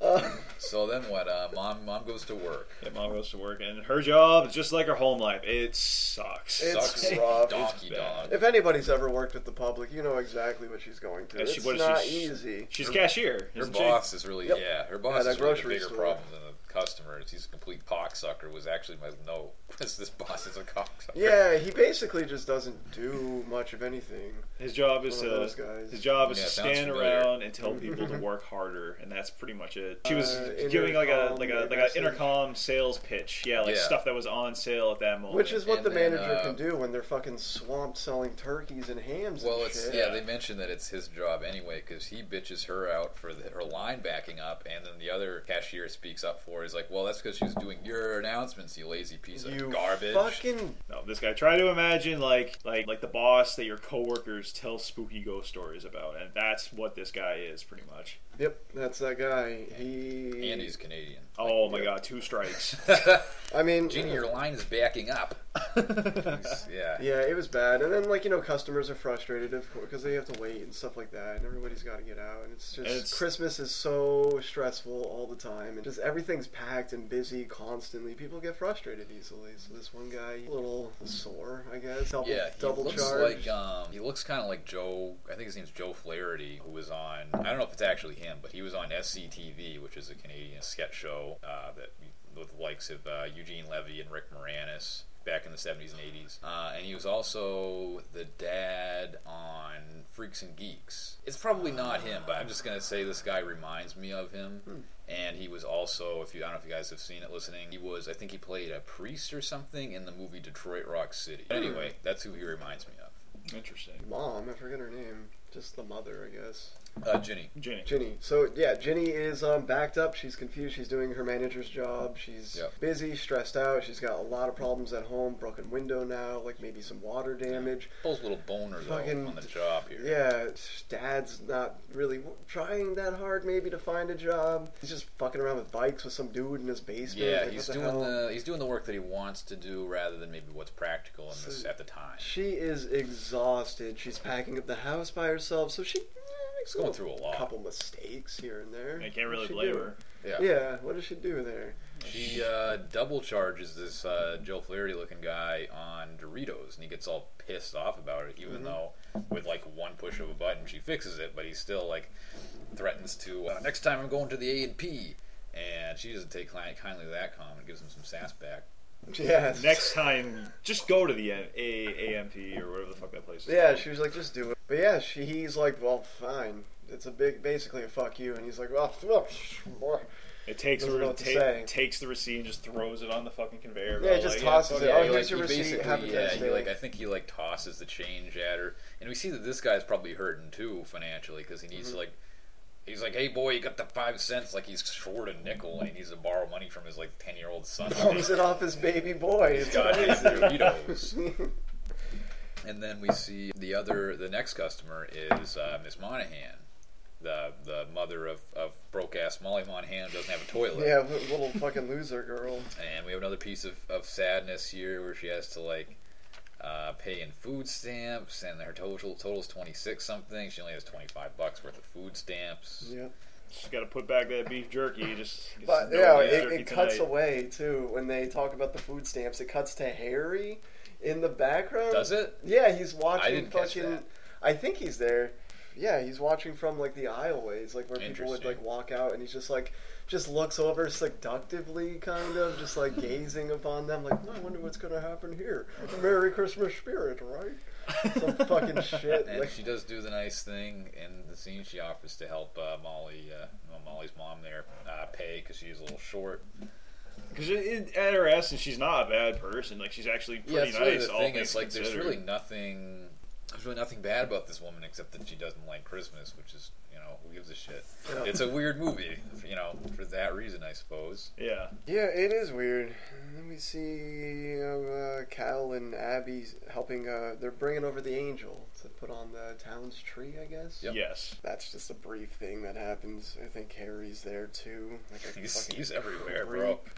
Uh, So then what? Uh, mom mom goes to work. Yeah, mom goes to work, and her job, just like her home life, it sucks. It's Sucks rough. donkey It's dog. bad. If anybody's ever worked with the public, you know exactly what she's going through. And she- it's what is she- not easy. She's cashier. Her isn't she? boss is really Yep. yeah. Her boss At a is really the grocery bigger store. problem than the customers. He's a complete cocksucker. Was actually my no. Because this boss is a cocksucker. Yeah, he basically just doesn't do much of anything. His job is One of to those guys. his job is Yeah, to sounds stand familiar. around and tell people to work harder, and that's pretty much it. She was Uh, giving like a intercom like a like an message. intercom sales pitch, yeah, like Yeah. stuff that was on sale at that moment. Which is what And the then, manager uh, can do when they're fucking swamped selling turkeys and hams. Well, and it's shit. yeah. They mentioned that it's his job anyway because he bitches her out for the, her line backing up, and then the other cashier speaks up for. her. He's like, "Well, that's because she was doing your announcements, you lazy piece you of garbage." fucking no, this guy. Try to imagine like like like the boss that your coworkers tell spooky ghost stories about, and that's what this guy is pretty much. yep, that's that guy. He And he's Canadian. Oh my god, two strikes. I mean, Genie, your line is backing up. yeah. yeah, it was bad. And then like you know, customers are frustrated of course because they have to wait and stuff like that, and everybody's got to get out, and it's just It's- Christmas is so stressful all the time, and just everything's packed and busy constantly. People get frustrated easily. So this one guy, a little sore, I guess. Double, Yeah, he double looks charge. like um, he looks kind of like Joe. I think his name's Joe Flaherty, who was on. I don't know if it's actually him, but he was on SCTV, which is a Canadian sketch show uh, that with the likes of uh, Eugene Levy and Rick Moranis back in the 70s and 80s. Uh, and he was also the dad on Freaks and Geeks. It's probably not him, but I'm just gonna say this guy reminds me of him. And he was also, if you, I don't know if you guys have seen it, listening. He was, I think he played a priest or something in the movie Detroit Rock City. But anyway, Hmm. that's who he reminds me of. Interesting. Mom, I forget her name. Just the mother, I guess. Uh, Ginny. Jenny. Ginny. So yeah, Ginny is um, backed up. She's confused. She's doing her manager's job. She's Yep. busy, stressed out. She's got a lot of problems at home. Broken window now. Like maybe some water damage. Pulls little boners out Fucking- on the job here. Yeah, dad's not really w- trying that hard maybe to find a job. He's just fucking around with bikes with some dude in his basement. Yeah, Like, he's what the doing hell? the he's doing the work that he wants to do rather than maybe what's practical in this So- at the time. She is exhausted. She's packing up the house by herself, so she. She's going through a lot. couple mistakes here and there. I can't really What'd she blame do? her. Yeah. Yeah, what does she do there? She uh, double charges this uh, Joe Flaherty looking guy on Doritos, and he gets all pissed off about it, even though with like one push of a button she fixes it, but he still like threatens to uh, next time I'm going to the A and P, and she doesn't take client kindly to that comment, gives him some sass back. Yes. Next time, just go to the A- A- AMP or whatever the fuck that place is. Yeah, she was like, just do it. But yeah, she, he's like, well, fine. It's a big, basically a fuck you, and he's like, well, well It takes Doesn't know her, what to ta- say. takes the receipt and just throws it on the fucking conveyor. Yeah, belt, just like, tosses fuck it. Oh, he, like, here's your he receipt, have a basically, yeah, nice he day. like I think he like tosses the change at her, and we see that this guy's probably hurting too financially because he Mm-hmm. needs to like. He's like, "Hey boy, you got the five cents." Like he's short a nickel, and he needs to borrow money from his like ten-year-old son. pumps it off his baby boy. He's Oh, It's got his amazing. Doritos. And then we see the other, the next customer is uh, Miss Monahan, the the mother of, of broke ass Molly Monahan who doesn't have a toilet. yeah, w- little fucking loser girl. And we have another piece of, of sadness here where she has to like uh, pay in food stamps, and her total total's twenty six something. She only has twenty five bucks worth of food stamps. Yeah. Just gotta put back that beef jerky. Just But no yeah, beef it, jerky it cuts tonight. away too when they talk about the food stamps. It cuts to Harry in the background. Does it? Yeah, he's watching didn't catch fucking. that. I think he's there. Yeah, he's watching from like the aisleways, like where people would Interesting. like walk out, and he's just like, just looks over seductively, kind of, just like gazing upon them, like, "Hmm, I wonder what's gonna happen here. Merry Christmas spirit, right? Some fucking shit. And Like, she does do the nice thing in the scene. She offers to help uh, Molly, uh, well, Molly's mom there, uh, pay because she's a little short. Because it, it, at her essence, she's not a bad person. Like she's actually Yeah, pretty that's really nice. the all thing. things It's like there's considered. really nothing. There's really nothing bad about this woman except that she doesn't like Christmas, which is you know who gives a shit. Yeah. It's a weird movie, you know, for that reason, I suppose. yeah. Yeah, it is weird. Let me see. Uh, Cal and Abby's helping. Uh, they're bringing over the angel to put on the town's tree, I guess. Yep. Yes. That's just a brief thing that happens. I think Harry's there too. Like a He's, fucking he's everywhere, bro. creep.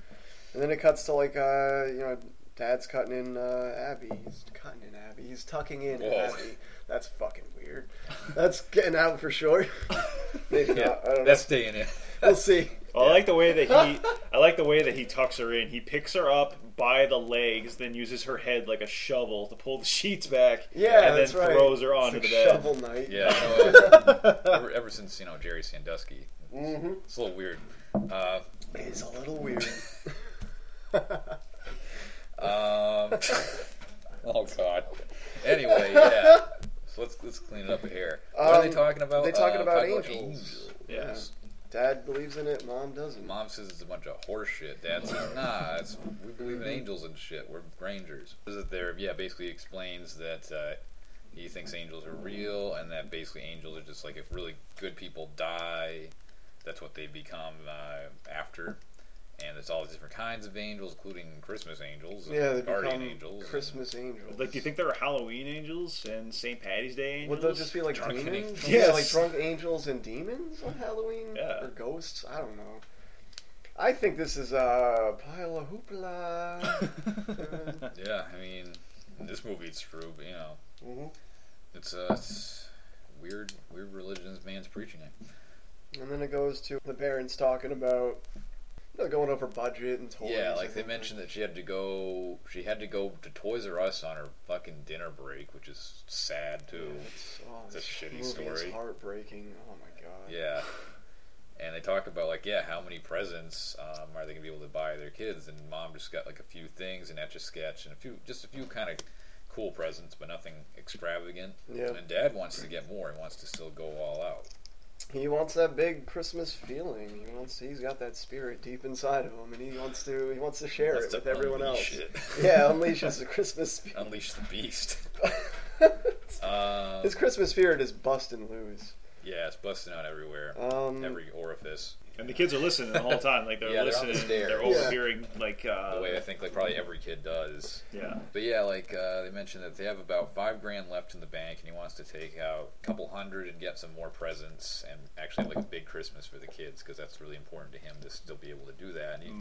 And then it cuts to like uh, you know, Dad's cutting in uh, Abby. He's cutting in Abby. He's tucking in Whoa. Abby. That's fucking weird. That's getting out for sure. Maybe Yeah, not. I don't know. that's staying in. We'll see. Well, I like the way that he. I like the way that he tucks her in. He picks her up by the legs, then uses her head like a shovel to pull the sheets back. Yeah, and that's then right. throws her It's onto like the bed. Shovel Knight. Yeah, you know, uh, ever, ever since you know Jerry Sandusky, Mm-hmm. it's a little weird. Uh, It's a little weird. Um, oh God. Anyway, yeah. So let's let's clean it up here. What are they Um, talking about? Uh, they talking about angels. angels. Yes. Dad believes in it, mom doesn't. Mom says it's a bunch of horse shit. Dad says, nah, it's, we believe in angels and shit. We're rangers. Is it there? Yeah, basically explains that uh, he thinks angels are real and that basically angels are just like if really good people die, that's what they become uh, after. And there's all these different kinds of angels, including Christmas angels, and Yeah, they guardian become angels, and- Christmas angels. Like, do you think there are Halloween angels and St. Patty's Day angels? Would those just be like Drunk demons? angels. Yeah, Yes. like drunk angels and demons on Halloween? Yeah. Or ghosts? I don't know. I think this is a pile of hoopla. Yeah, I mean, in this movie it's true, but you know, Mhm. it's uh, it's weird, weird religions man's preaching it. And then it goes to the parents talking about you know, going over budget and toys. yeah, I like they think. mentioned that she had to go, she had to go to Toys R Us on her fucking dinner break, which is sad too. It's, oh, It's a this shitty movie story. Is heartbreaking. Oh my god. Yeah, and they talk about like, yeah, how many presents um, are they gonna be able to buy their kids? And mom just got like a few things, an etch a sketch, and a few, just a few kind of cool presents, but nothing extravagant. Yeah. And dad wants to get more. He wants to still go all out. He wants that big Christmas feeling. He wants. He's got that spirit deep inside of him, and he wants to. He wants to share Wants it to with everyone else. unleash it. Yeah, unleashes the Christmas spirit. Unleash the Beast. Um, His Christmas spirit is busting loose. yeah, it's busting out everywhere, Um, every orifice. And the kids are listening the whole time. Like they're Yeah, they're on the listening. stairs. they're Yeah. overhearing. Like uh, The way I think, like probably every kid does. yeah. But yeah, like uh, they mentioned that they have about five grand left in the bank, and he wants to take out a couple hundred and get some more presents, and actually have, like a big Christmas for the kids because that's really important to him to still be able to do that. And he,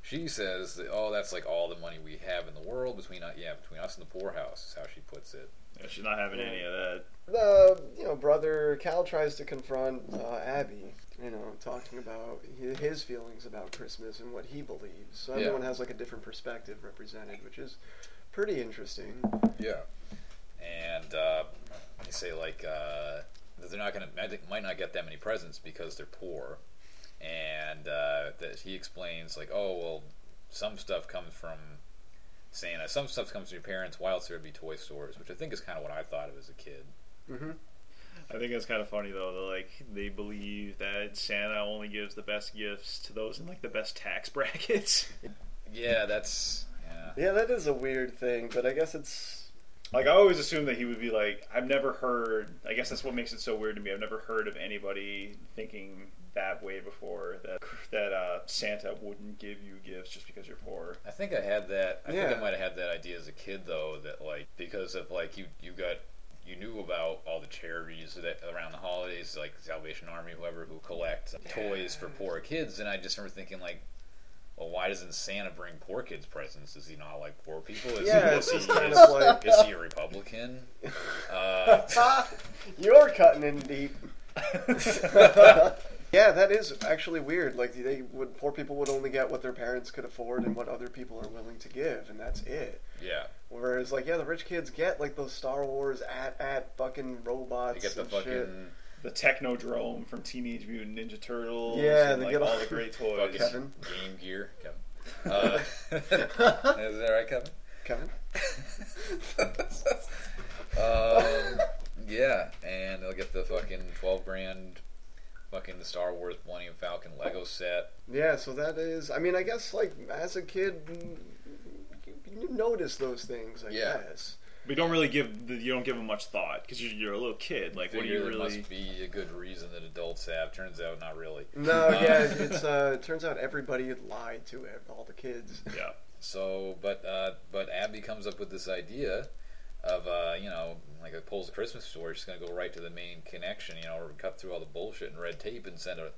she says, that, "Oh, that's like all the money we have in the world uh, between u- yeah between us and the poorhouse," is how she puts it. Yeah, She's not having any of that. the you know know, brother Cal tries to confront uh, Abby, you know, talking about hi- his feelings about Christmas and what he believes. So Yeah. everyone has like a different perspective represented, which is pretty interesting. Yeah. And uh, they say like uh, that they're not gonna magic might not get that many presents because they're poor, and uh, that he explains like, oh well, some stuff comes from Santa, some stuff comes from your parents. Why else there would be toy stores? Which I think is kind of what I thought of as a kid. Mm-hmm. I think that's kind of funny though. That, like they believe that Santa only gives the best gifts to those in like the best tax brackets. Yeah, that's yeah. Yeah, that is a weird thing, but I guess it's Like I always assumed that he would be like, I've never heard. I guess that's what makes it so weird to me. I've never heard of anybody thinking that way before. That that uh, Santa wouldn't give you gifts just because you're poor. I think I had that. I Yeah. think I might have had that idea as a kid, though, that like because of like you you got you knew about all the charities that around the holidays, like Salvation Army, whoever who collect toys for poor kids, and I just remember thinking like. Well, why doesn't Santa bring poor kids presents? Does he not like poor people? Is, Yeah, is, it's he, just kind is, of like- is he a Republican? Uh, You're cutting in deep. yeah, that is actually weird. Like they would poor people would only get what their parents could afford and what other people are willing to give, and that's it. yeah, Whereas like yeah, the rich kids get like those Star Wars at at fucking robots. they get the and fucking shit. The Technodrome from Teenage Mutant Ninja Turtles. Yeah, and, they like get all all- the great fucking toys. Kevin. Game Gear, Kevin. Uh, is that right, Kevin? Kevin. um, yeah, and they'll get the fucking twelve grand, fucking Star Wars Millennium Falcon Lego set. Yeah, so that is. I mean, I guess like as a kid, mm, you, you notice those things. I Yeah. guess. But you don't really give the, you don't give them much thought because you're, you're a little kid. Like, what do Figure you there really? must be a good reason that adults have. Turns out, not really. No, Uh, yeah, it's. Uh, it turns out everybody had lied to ev- all the kids. Yeah, So, but uh, but Abby comes up with this idea of uh, you know like a pulls a Christmas story. She's gonna go right to the main connection, you know, or cut through all the bullshit and red tape and send a,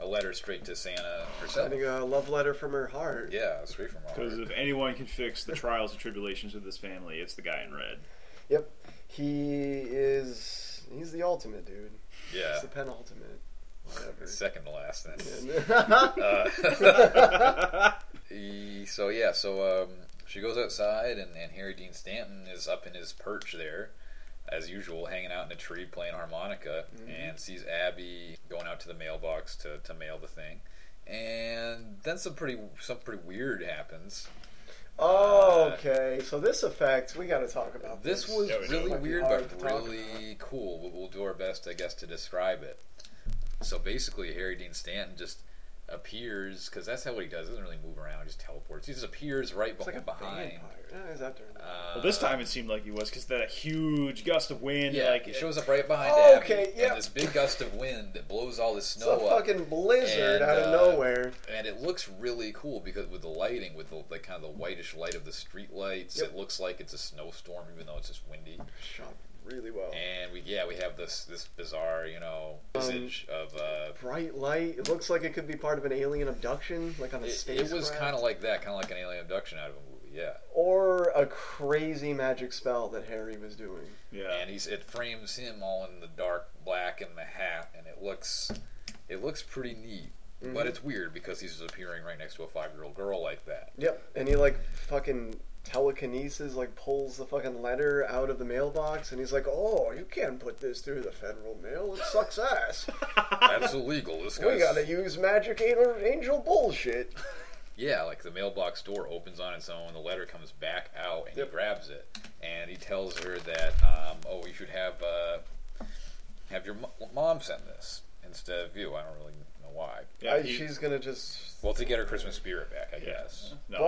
a letter straight to Santa herself. Sending a love letter from her heart. Yeah, straight from Robert. because if anyone can fix the trials and tribulations of this family, it's the guy in red. Yep. He is. He's the ultimate, dude. Yeah, He's the penultimate. Whatever. second to last then. And- Uh, E- so yeah, so um, she goes outside, and, and Harry Dean Stanton is up in his perch there, as usual, hanging out in a tree playing harmonica, and sees Abby going out to the mailbox to, to mail the thing, and then some pretty something pretty weird happens. okay, so this effect we got to talk about. This This, was Yeah, we do. really Might be weird, hard but to talk really cool. But we'll do our best, I guess, to describe it. So basically, Harry Dean Stanton just appears because that's how what he does. He doesn't really move around; he just teleports. He just appears right It's like a behind. vampire. Yeah, he's after. Uh, Well, this time it seemed like he was because that huge gust of wind, Yeah, like it shows up right behind Oh, Abby, okay, yeah. and this big gust of wind that blows all the it's a snow up, fucking blizzard and, out of uh, nowhere. and it looks really cool because with the lighting, with the, the kind of the whitish light of the street lights, Yep. it looks like it's a snowstorm, even though it's just windy. Shot really well. And we, yeah, we have this this bizarre, you know, Um, visage of. Uh, Bright light. It looks like it could be part of an alien abduction, like on a it, space. it was kind of like that, kind of like an alien abduction out of a movie, yeah. or a crazy magic spell that Harry was doing. yeah, And he's it frames him all in the dark black and the hat, and it looks it looks pretty neat. Mm-hmm. But it's weird because he's appearing right next to a five year old girl like that. Yep, and he like fucking telekinesis, like pulls the fucking letter out of the mailbox, and he's like, "Oh, you can't put this through the federal mail. It sucks ass. That's illegal. This we guy's gotta use magic angel, angel bullshit." Yeah, like the mailbox door opens on its own, the letter comes back out, and Yep. he grabs it, and he tells her that, um, oh, you should have uh, have your mo- mom send this instead of you. I don't really know why. yeah. I- he- she's gonna just. Well, to get her Christmas spirit back, I guess. no.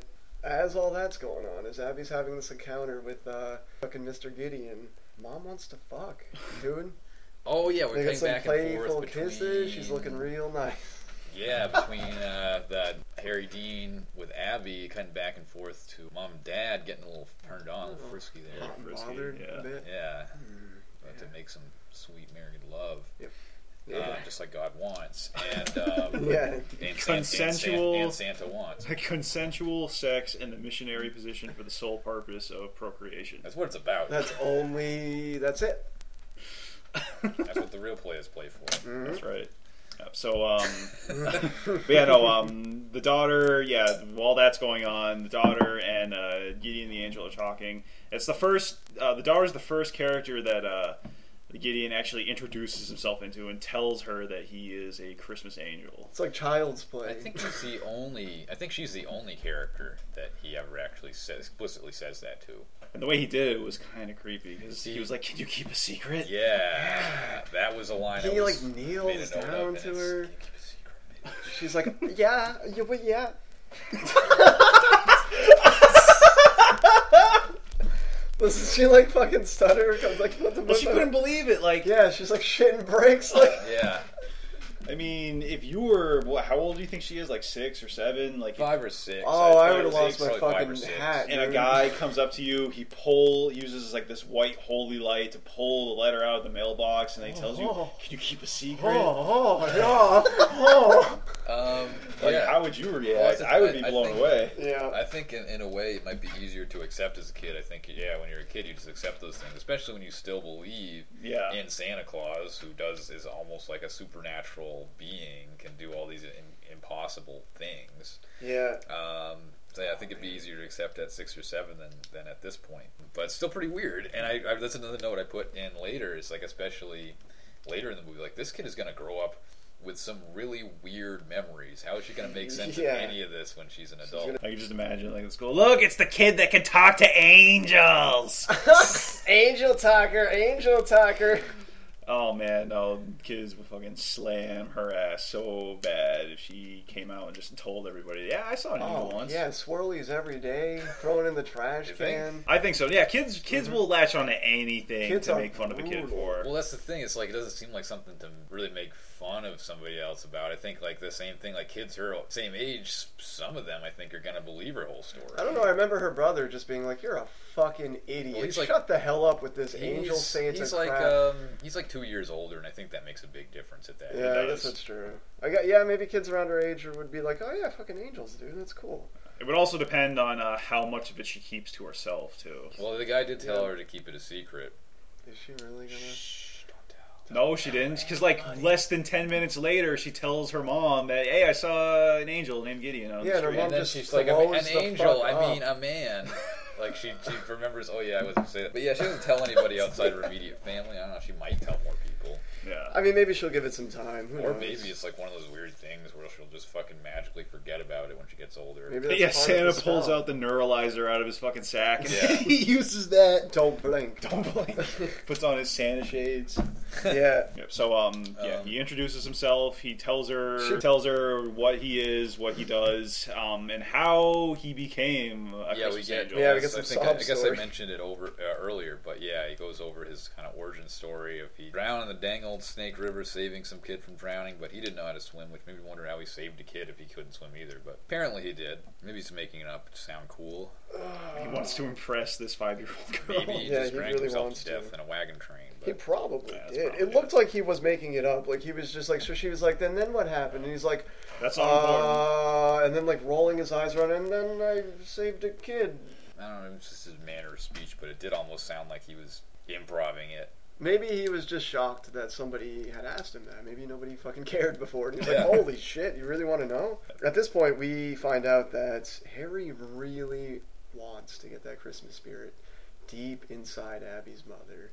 But as all that's going on, as Abby's having this encounter with uh, fucking Mr. Gideon, mom wants to fuck, dude. Oh yeah, They we're get cutting some back and playful forth between. kisses. She's looking real nice. Yeah, between uh, the Harry Dean with Abby, cutting back and forth to mom and dad, getting a little turned on, a little frisky there. I'm frisky, bothered yeah. a bit. Yeah, about to make some sweet married love. Yeah. uh, just like God wants, and, um, yeah. and Consensual. and, San- and Santa wants. A consensual sex in the missionary position for the sole purpose of procreation. That's what it's about. That's only. That's it. That's what the real players play for. That's right. Yeah, So, um, Mm-hmm. but yeah, no, um, the daughter, yeah, all that's going on. The daughter and uh, Gideon the Angel are talking. It's the first, uh, the daughter's the first character that uh, Gideon actually introduces himself into and tells her that he is a Christmas angel. It's like child's play. I think he's the only. I think she's the only character that he ever actually says explicitly says that to. And the way he did it was kind of creepy because he was like, Can you keep a secret? Yeah, that was a line. He, I was, like, made a kneels note of, down and to it's, her. "You keep a secret, baby." She's like, yeah, yeah, but yeah. Does she like fucking stutter? Comes like, what the Well, she couldn't believe it. Like, Yeah, she's like shitting breaks. Like, Yeah, I mean, if you were, what, how old do you think she is? Like six or seven? Like, five or six. oh, I five would or have lost six, my probably five or fucking six. hat. and a dude. guy comes up to you. He pull uses like this white holy light to pull the letter out of the mailbox, and he tells you, Oh. "Can you keep a Oh, secret?" oh, yeah, oh. Um, Like, yeah. how would you Well, that's react? the- I would be I- I blown think- away. Yeah. I think in, in a way it might be easier to accept as a kid. I think yeah, when you're a kid you just accept those things, especially when you still believe Yeah. in Santa Claus, who does is almost like a supernatural being, can do all these im- impossible things. Yeah. Um, so yeah, I think it'd be easier to accept at six or seven than, than at this point. But it's still pretty weird. And I, I that's another note I put in later. Is like especially later in the movie, like this kid is gonna grow up with some really weird memories. How is she gonna make sense Yeah. of any of this when she's an adult? I can just imagine like let's go look. It's the kid that can talk to angels. Angel talker, angel talker. oh man, no kids would fucking slam her ass so bad if she came out and just told everybody. Yeah, I saw an angel Oh, once. yeah, swirlies every day, throwing in the trash You think? can. I think so. Yeah, kids kids will latch on to anything Mm-hmm. Kids to are make fun of a kid brutal. for. Well, that's the thing. It's like it doesn't seem like something to really make fun of somebody else about. I think like the same thing. Like kids her same age, s- some of them I think are gonna believe her whole story. I don't know. I remember her brother just being like, "You're a fucking idiot. Well, he's like- Shut the hell up with this angel He's- Santa He's crap." like um, he's like two years older, and I think that makes a big difference at that. age. yeah, I does. guess that's true. I got yeah. Maybe kids around her age would be like, "Oh yeah, fucking angels, dude. That's cool." It would also depend on uh, how much of it she keeps to herself, too. Well, the guy did tell Yeah. her to keep it a secret. Is she really gonna? Shh, don't tell. No, she didn't, because like less than ten minutes later, she tells her mom that, "Hey, I saw an angel named Gideon." On Yeah, the and her street." mom- And then just she's like, I mean, blows an the angel. fuck I mean, a up. man. Like she, she remembers. Oh yeah, I was gonna say that. But yeah, she doesn't tell anybody outside her immediate family. I don't know. She might tell more people. Yeah, I mean, maybe she'll give it some time. Who Or knows? maybe it's like one of those weird things where she'll just fucking magically forget about it when she gets older. Maybe But that's yeah. part of Santa the pulls spell. out the neuralizer out of his fucking sack, and Yeah. he uses that. Don't blink. Don't blink. Puts on his Santa shades. yeah. Yep. So um, yeah, Um, he introduces himself. He tells her Sure. tells her what he is, what he does, um, and how he became a yeah, we Christmas get. angel. Yeah, we get I, some think I, sob I guess I story. mentioned it over uh, earlier, but yeah, he goes over his kind of origin story of he drowned in the dang old Snake River, saving some kid from drowning, but he didn't know how to swim, which made me wonder how he saved a kid if he couldn't swim either. But apparently he did. Maybe he's making it up to sound cool. He wants to impress this five year old girl. Maybe he Yeah, just he drank really himself wants to death to. in a wagon train. He But probably Yeah, that's did. probably it looked like he was making it up. Like he was just like, so she was like, then then what happened? And he's like, That's all important. uh, and then like rolling his eyes around, and then I saved a kid. I don't know. It's just his manner of speech, but it did almost sound like he was improving it. Maybe he was just shocked that somebody had asked him that. Maybe nobody fucking cared before. And he's Yeah. like, holy shit, you really want to know? At this point, we find out that Harry really wants to get that Christmas spirit deep inside Abby's mother.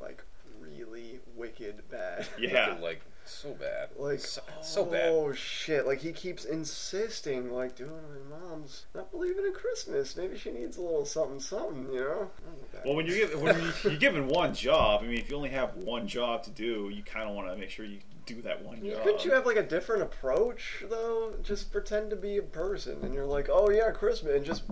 Like, really wicked bad. Yeah. Wicked, like so bad. Like, so, so bad. Oh, shit. Like, he keeps insisting, like, dude, my mom's not believing in Christmas. Maybe she needs a little something, something, you know? Well, when you're given, when you- you're given one job, I mean, if you only have one job to do, you kind of want to make sure you do that one job. Couldn't you have like a different approach though? Just pretend to be a person, and you're like, oh yeah, Christmas, and just.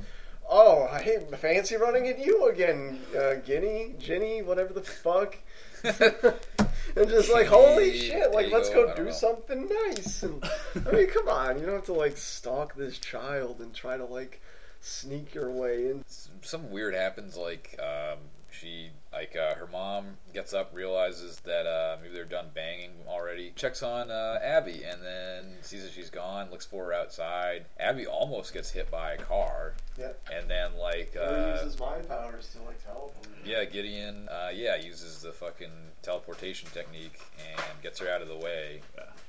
Oh, I hate fancy running at you again, uh, Guinea, Ginny, whatever the fuck. oh. and just like, holy Ginny, shit, there like, you let's go, go I do don't know. something nice. And, I mean, come on, you don't have to like stalk this child and try to like sneak your way in. some weird happens like um, She like uh, her mom gets up, realizes that uh, maybe they're done banging already. Checks on uh, Abby and then sees that she's gone. Looks for her outside. Abby almost gets hit by a car Yeah. and then like or uh, uses mind powers to like teleport. yeah, Gideon uh, yeah uses the fucking teleportation technique and gets her out of the way.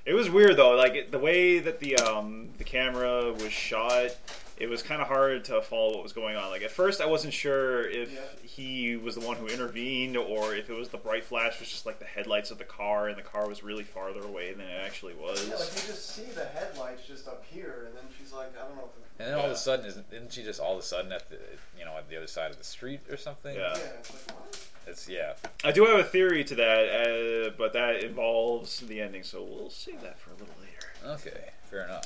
It was weird though, like it, the way that the um, the camera was shot. It was kind of hard to follow what was going on. Like at first, I wasn't sure if Yeah. he was the one who intervened or if it was the bright flash was just like the headlights of the car, and the car was really farther away than it actually was. Yeah, like you just see the headlights just up here, and then she's like, I don't know. If And then all of Yeah. a sudden, isn't, isn't she just all of a sudden at the you know at the other side of the street or something? Yeah. it, yeah, it's like what? It's yeah. I do have a theory to that, uh, but that involves the ending, so we'll save that for a little later. Okay, fair enough.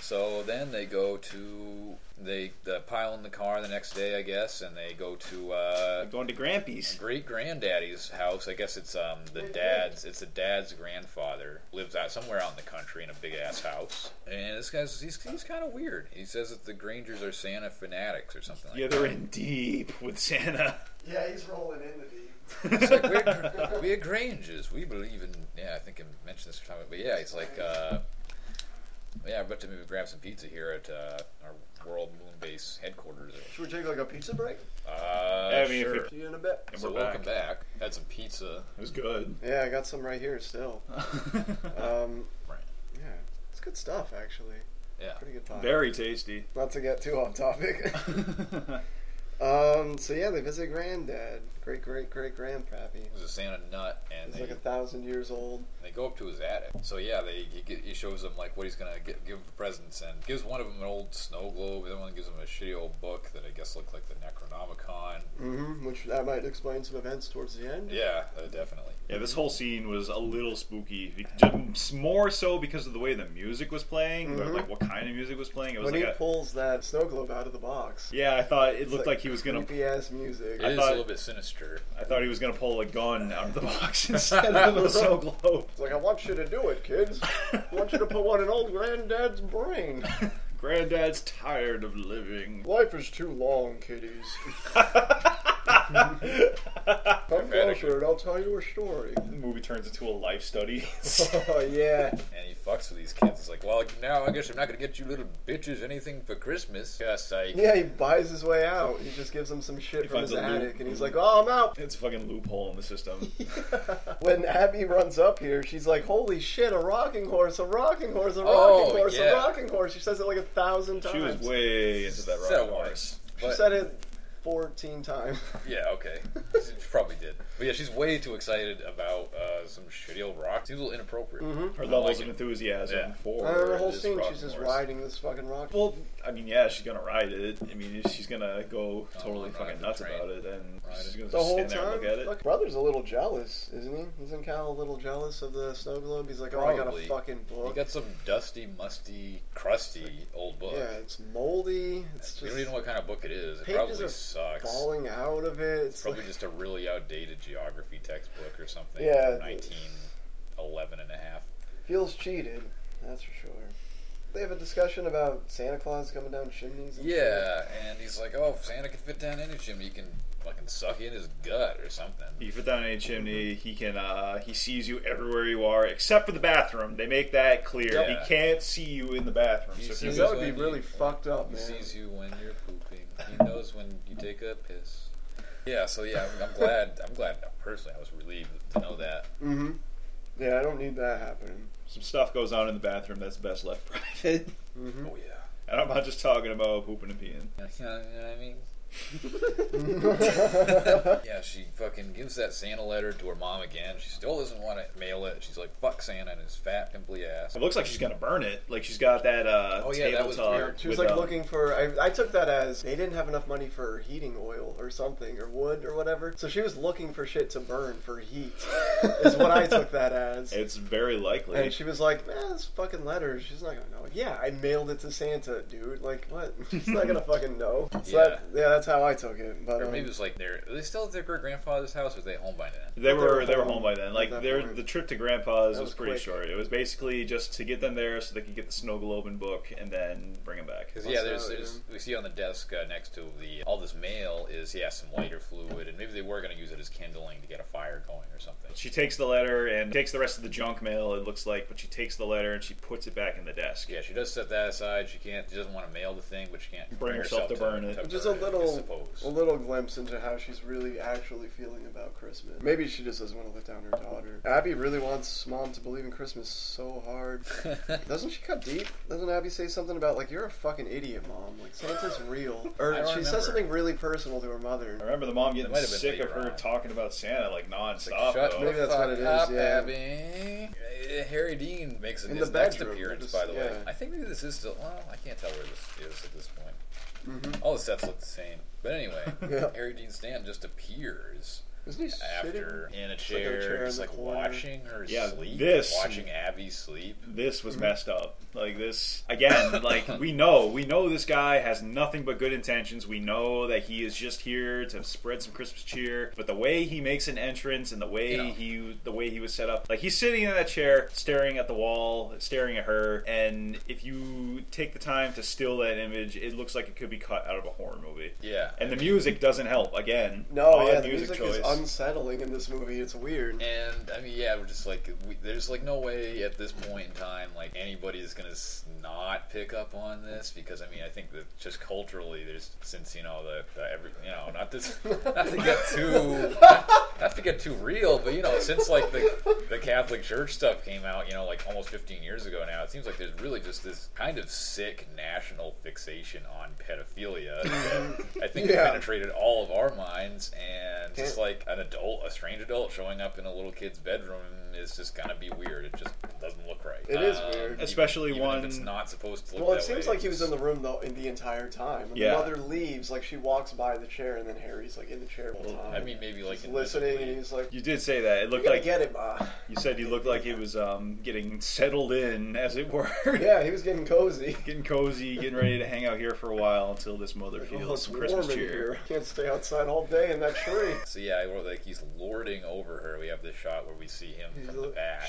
So then they go to they the pile in the car the next day, I guess, and they go to uh, Going to Grampy's. great granddaddy's house. I guess it's um the dad's. It's the dad's grandfather lives out somewhere out in the country in a big ass house. And this guy's he's, he's kind of weird. He says that the Grangers are Santa fanatics or something like Yeah, that. they're in deep with Santa. Yeah, he's rolling in the deep. It's like we're, we're Grangers. We believe in. Yeah, I think I mentioned this time, but yeah, it's like. Uh, yeah, I'm about to maybe grab some pizza here at uh, our World Moon Base headquarters. Should we take like a pizza break? Uh, I mean, if sure. it- See you in a bit. And so we're welcome back. back. Had some pizza. It was good. Yeah, I got some right here still. Um, Right. yeah, it's good stuff actually. Yeah. Pretty good pie. Very tasty. Not to get too off topic. um, so yeah, they visit granddad, great great great grandpappy. It was a Santa nut, and He's they, like a thousand years old. they go up to his attic. So yeah, they he, get, he shows them like what he's gonna get, give the presents, and gives one of them an old snow globe. The other one gives him a shitty old book that I guess looked like the Necronomicon. Mm-hmm. Which that might explain some events towards the end. Yeah, uh, definitely. Yeah, this whole scene was a little spooky. Be- just More so because of the way the music was playing, but Mhm. like what kind of music was playing. It was When like he a, pulls that snow globe out of the box, yeah, I thought it looked like, he was gonna. creepy ass music. It is thought- a little bit sinister. I thought he was gonna pull a gun out of the box instead of the snow globe. It's like I want you to do it, kids. I want you to put one in old granddad's brain. Granddad's tired of living. Life is too long, kiddies. Come closer and I'll tell you a story. The movie turns into a life study. Oh yeah. And he fucks with these kids. It's like, well, now I guess I'm not gonna get you little bitches anything for Christmas. Yeah, psych. Yeah, he buys his way out. He just gives them some shit He from finds his a loop. attic, and he's like, "Oh, I'm out." it's a fucking loophole in the system. When Abby runs up here, she's like, "Holy shit! A rocking horse! A rocking horse! A rocking Oh, horse! yeah. A rocking horse!" She says it like a thousand times. She was way into that So rock what? horse. She But, said it fourteen times. yeah, okay. She probably did. But yeah, she's way too excited about uh, some shitty old rock. Seems a little inappropriate. Mm-hmm. Her levels like of it. enthusiasm Yeah. for And the whole this scene, rock she's just horse. riding this fucking rock. Well, I mean, yeah, she's gonna ride it. I mean, she's gonna go totally ride fucking the nuts train. about it, and Ride she's it. gonna The just whole stand there and time, look at it. Fuck, brother's a little jealous, isn't he? Isn't Cal a little jealous of the snow globe? He's like, "Oh, I got a Probably. fucking You book." got some dusty, musty, crusty old book. Yeah, it's moldy. It's we don't even just know what kind of book it is. It pages probably are sucks. falling out of it. It's Probably like- just a really outdated geography textbook or something. Yeah, from the- 1911 and a half. Feels cheated, that's for sure. They have a discussion about Santa Claus coming down chimneys. And Yeah, and he's like, oh, if Santa can fit down any chimney, he can fucking suck in his gut or something. You fit down any chimney, Mm-hmm. he can. uh He sees you everywhere you are, except for the bathroom. They make that clear. Yep. He can't see you in the bathroom. He so if sees you Stuff. go- That would be really fucked up, He man. sees you when you're pooping. He knows when you take a piss. Yeah, so yeah, I'm, I'm glad. I'm glad. Personally, I was relieved to know that. Mm-hmm. Yeah, I don't need that happening. some stuff goes on in the bathroom that's best left private. Mm-hmm. Oh yeah. And I'm not just talking about pooping and peeing. You know what I mean? yeah, Yeah, she fucking gives that Santa letter to her mom again. She still doesn't want to mail it. She's like, "Fuck Santa and his fat, pimply ass." It looks like she's gonna burn it. Like she's got that. uh Oh, yeah, that table was top weird. she was with, like um, looking for. I, I took that as they didn't have enough money for heating oil or something or wood or whatever. So she was looking for shit to burn for heat. is what I took that as. It's very likely. And she was like, man, this fucking letter, she's not gonna know. Yeah, I mailed it to Santa, dude. Like, what? She's not gonna fucking know. So Yeah. that, yeah, that's that's how I took it. But Or um, maybe it was like they're are they still at their great grandfather's house, or are they home by then? They But they were were they were home home by then. at Like that their point. the trip to Grandpa's That was, was pretty quick. short. It was basically just to get them there so they could get the snow globin book and then bring them back. Because Well, yeah, there's, so, there's we see on the desk uh, next to the all this mail is yeah some lighter fluid, and maybe they were going to use it as kindling to get a fire going or something. She takes the letter and takes the rest of the junk mail. It looks like, but she takes the letter and she puts it back in the desk. Yeah, she does set that aside. She can't. She doesn't want to mail the thing, but she can't Bring herself to burn it. just a I little, suppose. a little glimpse into how she's really actually feeling about Christmas. Maybe she just doesn't want to let down her daughter. Abby really wants mom to believe in Christmas so hard. Doesn't she cut deep? Doesn't Abby say something about like you're a fucking idiot, mom? Like Santa's real, or I she don't remember. says something really personal to her I mother. remember the mom getting might have been sick of later her on. talking about Santa like Like, nonstop. shut though. the Maybe that's fuck what it is, up, yeah. Abby. Uh, Harry Dean makes In his the next bedroom, appearance, just- by the way. yeah. I think maybe this is still. Well, I can't tell where this is at this point. Mm-hmm. All the sets look the same, but anyway, Yeah. Harry Dean Stanton just appears Isn't he after shitting? in a like a chair, chair in just the like corner. watching her Yeah, sleep, this- watching Abby sleep. this Mm-hmm. was messed up. Like this again. Like we know, we know this guy has nothing but good intentions. We know that he is just here to spread some Christmas cheer. But the way he makes an entrance and the way Yeah. he, the way he was set up, like he's sitting in that chair, staring at the wall, staring at her. And if you take the time to still that image, it looks like it could be cut out of a horror movie. Yeah, And the music doesn't help. Again, No, Odd yeah, the music, is unsettling in this movie. It's weird. And I mean, yeah, we're just like we, there's like no way at this point in time like anybody is gonna s- not pick up on this because I mean I think that just culturally there's since you know the, the every you know not this not to get too not to get too real but you know since like the the Catholic Church stuff came out you know like almost 15 years ago now it seems like there's really just this kind of sick national fixation on pedophilia that I think Yeah. penetrated all of our minds and just Can't- like like an adult, a strange adult showing up in a little kid's bedroom is just gonna be weird. It just doesn't look right. Um, It is weird. even- Especially even one- if it's not supposed to look. Well, it that seems way, like he was in it's- the room though in the entire time. When Yeah. the mother leaves, like she walks by the chair, and then Harry's like in the chair the whole time. I mean, maybe like he's listening, and invisibly. he's like, You did say that. It "You looked gotta like get it, ma." You said he looked like he was um, getting settled in, as it were. Yeah, he was getting cozy. Getting cozy, getting ready to hang out here for a while until this mother Like, "Oh, feels it's some warm Christmas in cheer. here. Can't stay outside all day in that tree. So yeah, I wrote, like he's lording over her. We have this shot where we see him He's from the like, back,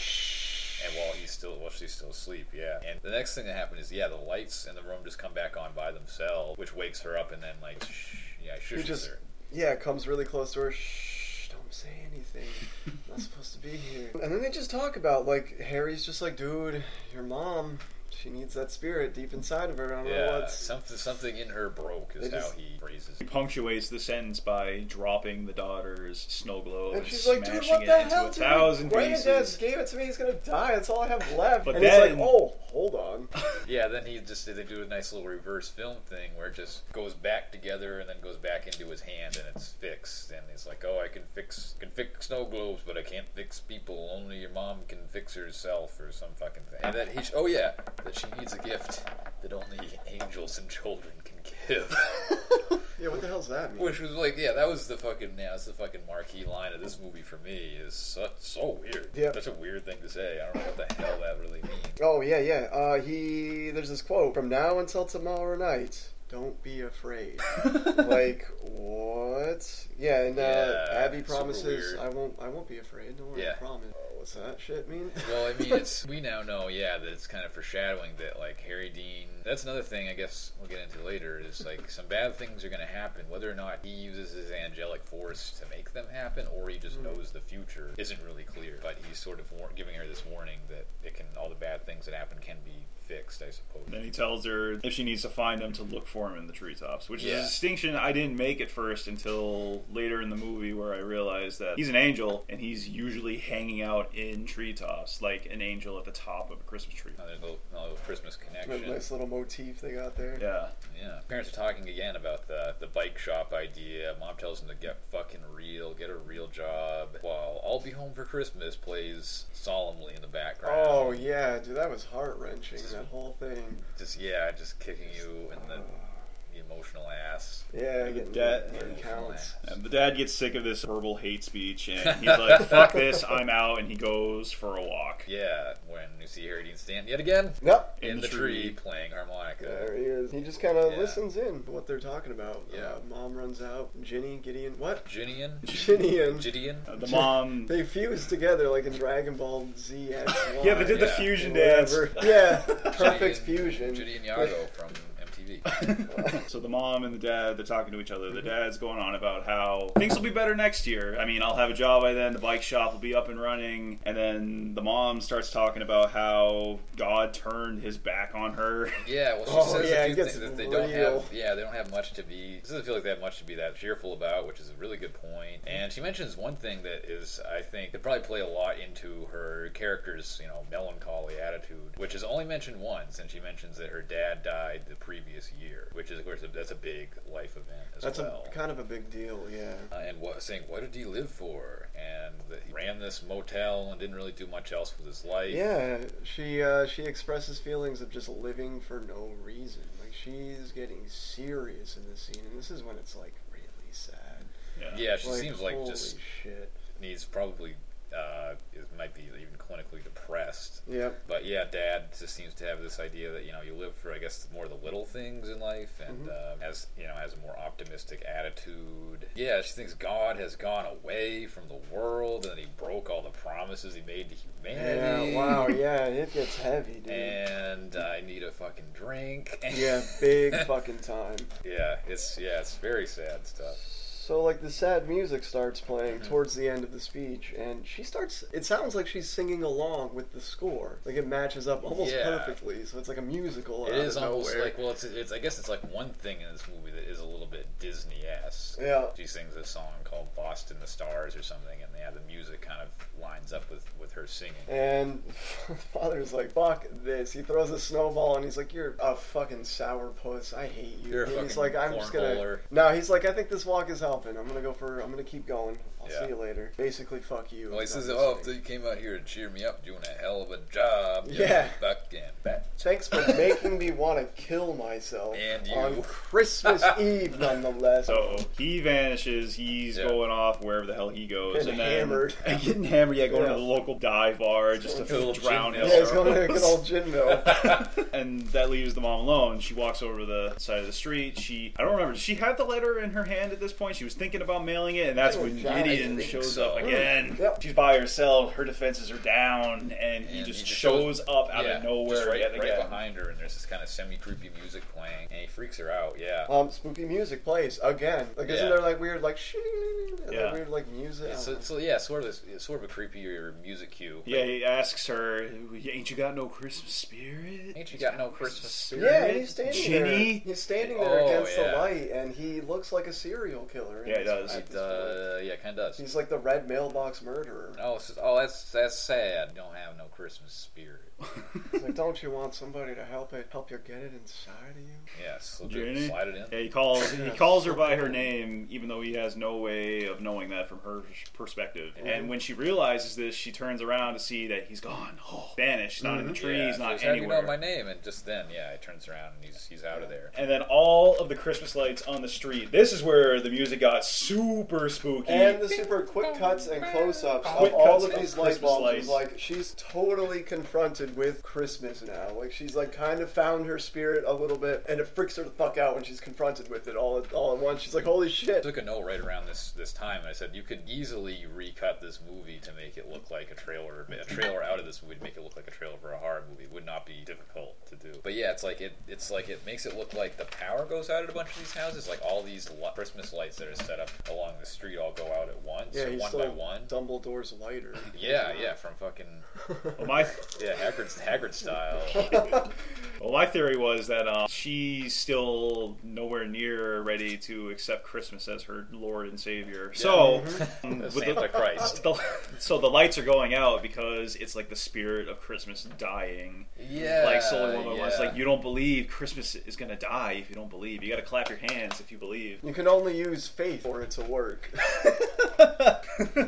and while he's still while she's still asleep, yeah. And the next thing that happened is yeah, the lights in the room just come back on by themselves, which wakes her up, and then like shh, yeah, shushes just- her. Yeah, comes really close to her. Shh, don't say anything. I'm not supposed to be here. And then they just talk about like Harry's just like, dude, your mom. She needs that spirit deep inside of her. I don't know Yeah, what's. something something in her broke is They how just- he phrases. He punctuates the sentence by dropping the daughter's snow globe and, And she's like, dude, smashing what it the into hell, a dude? thousand Granddad pieces. gave it to me. He's gonna die. That's all I have left. But and he's like, then- oh, hold on. Yeah, then he just they do a nice little reverse film thing where it just goes back together and then goes back into his hand and it's fixed. And he's like, "Oh, I can fix can fix snow globes, but I can't fix people. Only your mom can fix herself or some fucking thing." And that he oh yeah, that she needs a gift that only angels and children can give. Yeah, what the hell's that mean? Which was like, yeah, that was the fucking yeah, that's the fucking marquee line of this movie for me is so, so weird. Yeah. such a weird thing to say. I don't know what the hell that really means. Oh yeah, yeah. Uh, he there's this quote from now until tomorrow night. Don't be afraid. like what? Yeah, and uh, Yeah, Abby super promises weird. I won't. I won't be afraid. Don't worry, Yeah. I promise. Oh, what's that shit mean? Well, I mean, it's we now know, yeah, that it's kind of foreshadowing that like Harry Dean. That's another thing I guess we'll get into later. Is like some bad things are going to happen, whether or not he uses his angelic force to make them happen, or he just knows the future isn't really clear. But he's sort of war- giving her this warning that it can all the bad things that happen can be fixed, I suppose. Then he tells her if she needs to find him to look for him in the treetops, which is Yeah. a distinction I didn't make at first until later in the movie where I realized that he's an angel and he's usually hanging out in treetops like an angel at the top of a Christmas tree. Now, there's a little, a little Christmas That connection. nice little motif they got there. Yeah. Yeah, parents are talking again about the the bike shop idea. Mom tells them to get fucking real, get a real job. While "I'll Be Home for Christmas" plays solemnly in the background. Oh yeah, dude, that was heart wrenching. That whole thing. just yeah, just kicking you in the the emotional ass. Yeah, Look getting, at that. getting counts. And the dad gets sick of this verbal hate speech, and he's like, "Fuck this, I'm out," and he goes for a walk. Yeah, when you see Harry Dean Stanton yet again Yep. in, the tree, playing harmonica. There he is. He just kind of Yeah. listens in to what they're talking about. Yeah. Uh, Mom runs out. Ginny, Gideon, what? Gideon, Gideon. Gideon. Uh, the mom. They fused together like in Dragon Ball Z X. Yeah, they did the Yeah. fusion dance. Yeah, perfect Gideon- fusion. Gideon Yago from MTV. so the mom and the dad, they're talking to each other. The dad's going on about how things will be better next year. I mean, I'll have a job by then. The bike shop will be up and running. And then the mom starts talking about how God turned his back on her. Yeah, well, she Oh, says yeah, a it few gets things that they don't real. have. Yeah, they don't have much to be. It doesn't feel like they have much to be that cheerful about, which is a really good point. And she mentions one thing that is, I think, could probably play a lot into her character's, you know, melancholy attitude, which is only mentioned once. And she mentions that her dad died the previous year, which is, of course, that's a big life event as That's well. a kind of a big deal. Yeah. uh, and what, saying, what did he live for? And that he ran this motel and didn't really do much else with his life. Yeah, she uh, she expresses feelings of just living for no reason. Like she's getting serious in this scene, and this is when it's like really sad. Yeah, she like, seems like holy just shit. needs probably uh, is, might be even clinically depressed. Yep. But yeah, Dad just seems to have this idea that you know you live for I guess more the little things in life, Mm-hmm. and uh, has you know has a more optimistic attitude. Yeah, she thinks God has gone away from the world, and that He broke all the promises He made to humanity. Yeah. Wow. Yeah, it gets heavy, dude. And I need a fucking drink. yeah, big fucking time. yeah, it's yeah, it's very sad stuff. So like the sad music starts playing Mm-hmm. towards the end of the speech, and she starts. It sounds like she's singing along with the score. Like it matches up almost Yeah. perfectly. So it's like a musical. It out is of almost nowhere. like well, it's, it's I guess it's like one thing in this movie that is a little bit Disney-esque. Yeah. She sings a song called "Lost in the Stars" or something, and yeah, the music kind of lines up with with her singing. And father's like, "Fuck this!" He throws a snowball, and he's like, "You're a fucking sourpuss. I hate you." You're a And he's fucking like, "I'm just gonna." cornholer." No, he's like, "I think this walk is helping. I'm gonna go for. I'm gonna keep going. I'll Yeah. see you later." Basically, fuck you. Well, he I'm not says, "Oh, listening." so you came out here to cheer me up, doing a hell of a job." you Yeah. fucking bat. Thanks for making me want to kill myself And you. on Christmas Eve, nonetheless. So he vanishes. He's Yeah. going off wherever the hell he goes, Getting and then hammered. and getting hammered. Yeah, going Yeah. to the local dive bar just to Going to a little drown gin his yeah, he's going to a good sorrows. old gin mill. and that leaves the mom alone. She walks over to the side of the street. She, I don't remember, she had the letter in her hand at this point. She was thinking about mailing it, and that's when Oh, God. Gideon I think shows so. up again. Yep. She's by herself. Her defenses are down, and he And just he just shows up out yeah, of nowhere just right, yet right again. behind her, and there's this kind of semi-creepy music playing, and he freaks her out. Yeah. Oh, Um, spooky music plays again. Like, isn't Yeah. there like weird, like, shing, like, Yeah. weird, like music? Yeah, so, so yeah, sort of this, it's sort of a creepy or music cue. Yeah, he asks her, "Ain't you got no Christmas spirit? Ain't you got no Christmas Yeah, and he's standing Ginny? there. He's standing there Oh, against the yeah. light, and he looks like a serial killer. in Yeah, he this- does. at It, this uh, point. yeah, kind of does. He's like the red mailbox murderer. Oh, it's just- oh, that's that's sad. Don't have no Christmas spirit. He's like, don't you want somebody to help it, help you get it inside of you? Yeah, slip Journey. it, slide it in. Yeah, he calls he calls her by her name, even though he has no way of knowing that from her perspective. And when she realizes this, she turns around to see that he's gone, oh, vanished, not in the trees, Mm-hmm. yeah, so not he's like, anywhere. You know my name, and just then, yeah, it turns around and he's he's out of there. and then all of the Christmas lights on the street. This is where the music got super spooky. And the super quick cuts and close ups of Quick all cuts of of these light Christmas bulbs lights. is like she's totally confronted with Christmas now. Like she's like kind of found her spirit a little bit and it freaks her the fuck out when she's confronted with it all at all at once. She's like, Holy I shit. took a note right around this this time, and I said you could easily recut this movie to make it look like a trailer, a trailer out of this movie to make it look like a trailer for a horror movie. It would not be difficult to do. But yeah, it's like it it's like it makes it look like the power goes out at a bunch of these houses. Like all these li- Christmas lights that are set up along the street all go out at once, Yeah, or he's one still by one. Dumbledore's lighter. Yeah, yeah, from fucking Well, my Yeah, Hagrid, Hagrid style. well, my theory was that um, she's still nowhere near ready to accept Christmas as her Lord and Savior. So, Mm-hmm. um, with the- Santa Christ. the, so the lights are going out because it's like the spirit of Christmas dying. Yeah. like Solar Woman was yeah. like, you don't believe Christmas is gonna die if you don't believe. You gotta clap your hands if you believe. You can only use faith for it to work.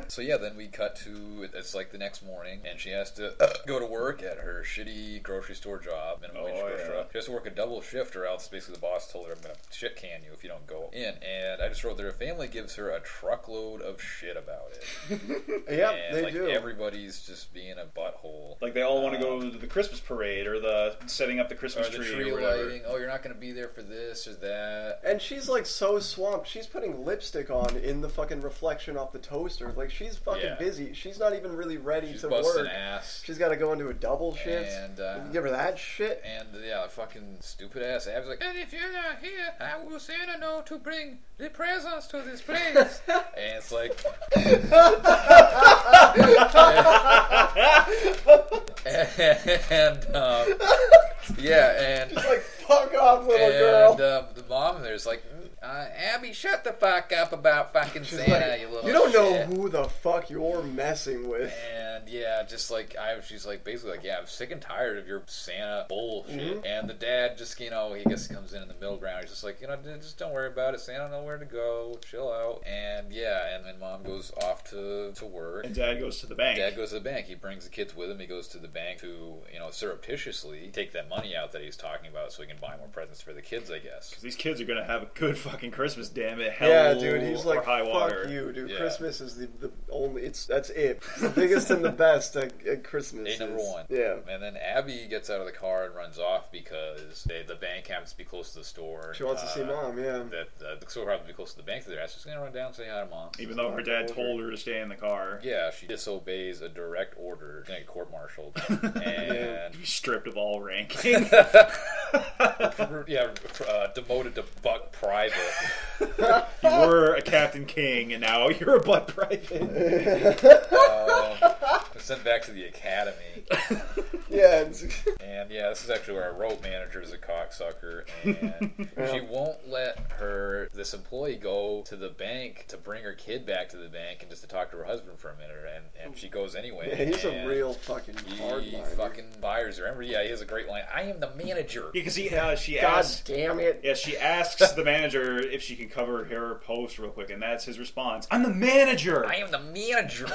So yeah, then we cut to it's like the next morning, and she has to uh, go to work at her shitty grocery store job, minimum Oh, wage grocery yeah. store. She has to work a double shift, or else basically the boss told her, "I'm gonna shit can you if you don't go in." And I just wrote that her family gives her a truckload of shit about it. Yep, and, they like, do. Everybody's just being a butthole. Like they all want to go to the Christmas parade or the setting up the Or Christmas the tree, tree or whatever. lighting. Oh, you're not gonna be there for this or that. and she's like so swamped. She's putting lipstick on in the fucking reflection off the toaster. Like she's fucking Yeah. busy. She's not even really ready She's to busting work. ass. She's got to go into a double shift. And, uh, Give her that shit. And yeah, fucking stupid ass Abby's like, and if you're not here, I will send a note to bring the presents to this place. and it's like, and um, yeah, and Like fuck off, little and girl. um, the mom there's like, uh, Abby, shut the fuck up about fucking She's Santa, like, you little. you don't know shit." who the fuck you're messing with. And yeah, just like I, she's like basically like, yeah, I'm sick and tired of your Santa bullshit. Mm-hmm. And the dad just, you know, he just comes in in the middle ground. He's just like, you know, dude, just don't worry about it. Santa know where to go. Chill out. And yeah, and then mom goes off to to work. And Dad goes to the bank. Dad goes to the bank. He brings the kids with him. He goes to the bank to, you know, surreptitiously take that money out that he's talking about so he can buy more presents for the kids, I guess. These kids are gonna have a good fucking Christmas, damn it! Hell yeah, dude, he's or like, high fuck water. you, dude. Yeah. Christmas is the, the only, it's that's it. It's the biggest and the best at, at Christmas. Day number is- one. Yeah. And then Abby gets out of the car and runs off because they, the bank happens to be close to the store. She wants to see Uh, mom, yeah. that uh, the store happens to be close to the bank that they're at, so she's gonna run down and say hi to mom. Even though her dad told her to stay in the car, Yeah, if she disobeys a direct order, she's gonna get court-martialed. and be stripped of all ranking. yeah, uh, demoted to buck private. you were a Captain King, and now you're a butt private. um, Sent back to the academy. Yeah, it's, And yeah, this is actually where our road manager is a cocksucker, and she won't let her this employee go to the bank to bring her kid back to the bank and just to talk to her husband for a minute, and, and she goes anyway. he's a and real fucking He hardliner. fucking fires her. Remember, yeah, he has a great line. I am the manager. Yeah, because he uh, she God asked. damn it. Yeah, she asks the manager if she can cover her post real quick, and that's his response. I'm the manager. I am the manager.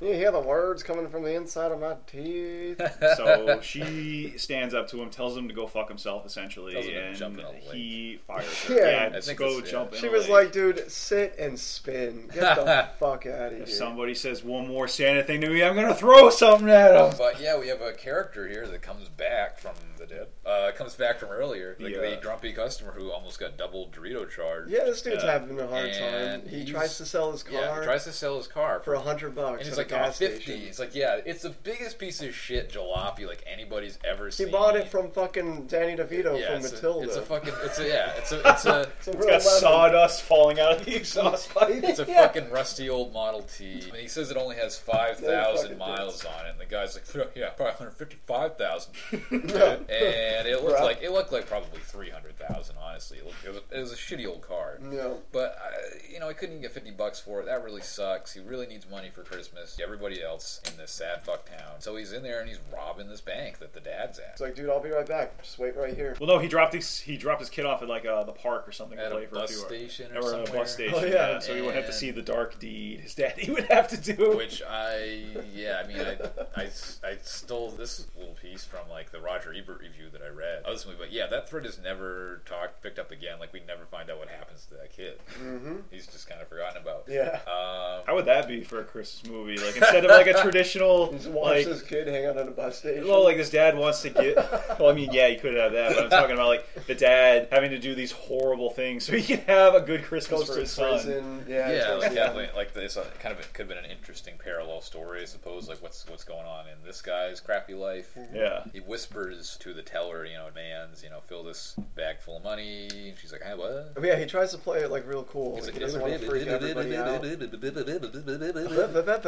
you hear the words coming from the inside of my teeth. So she stands up to him, tells him to go fuck himself, essentially, Tells him to and jump in a lake. he fires Yeah. her. I Yeah, just think go that's- yeah. jump in. She a was lake. like, dude, sit and spin. Get the fuck out of here. If somebody says one more Santa thing to me, I'm gonna throw something at him. but yeah, we have a character here that comes back from the dead. Uh, comes back from earlier, like Yeah. the grumpy customer who almost got double Dorito charge. yeah, this dude's Yeah. having a hard And time. He he's- tries to sell his Yeah, car he tries to sell his car for a hundred bucks And he's at like, a oh, gas 50. station. It's like, yeah, it's the biggest piece of shit jalopy like anybody's ever He seen. bought it from fucking Danny DeVito yeah, from it's Matilda. A, it's a fucking, it's a, yeah, it's a, it's a, It's a It's real got lemon. sawdust falling out of the exhaust pipe. it's a Yeah. fucking rusty old Model T. And he says it only has No fucking 5,000 miles on it. And the guy's like, yeah, probably 155,000. and it looked Bruh. like, it looked like probably 300,000, honestly. It, looked, it, was, it was a shitty old car. No. But uh, you know, I couldn't even get fifty bucks for it. That really sucks. He really needs money for Christmas. Everybody else in this sad fuck town. So he's in there and he's robbing this bank that the dad's at. It's like, dude, I'll be right back. Just wait right here. Well, no, he dropped his he dropped his kid off at like uh, the park or something. to At a play for bus few hours. station or or, a somewhere. bus station. Oh, yeah. yeah. so he would have to And- see the dark deed his daddy would have to do. Which I, yeah, I mean, I, I, I stole this little piece from like the Roger Ebert review that I read of this movie, but yeah, that thread is never talked, picked up again. Like we never find out what happens to that kid. Mm-hmm. He's just kind of forgotten about. Yeah. Um, How would that be for a Christmas movie? Like instead of like a traditional Just watch like this kid hang out at a bus station. Well, like his dad wants to get. Well, I mean, yeah, he could have that, but I'm talking about like the dad having to do these horrible things so he can have a good Christmas goes for to his son. prison. Yeah, yeah, towards like the end. definitely, like it's a, kind of it could have been an interesting parallel story, I suppose. Like what's what's going on in this guy's crappy life. Mm-hmm. Yeah, He whispers to the teller, you know, man's, you know, fill this bag full of money. And she's like, hey, what? But yeah, he tries to play it like real cool. He's like, Like, he doesn't want to freak everybody out.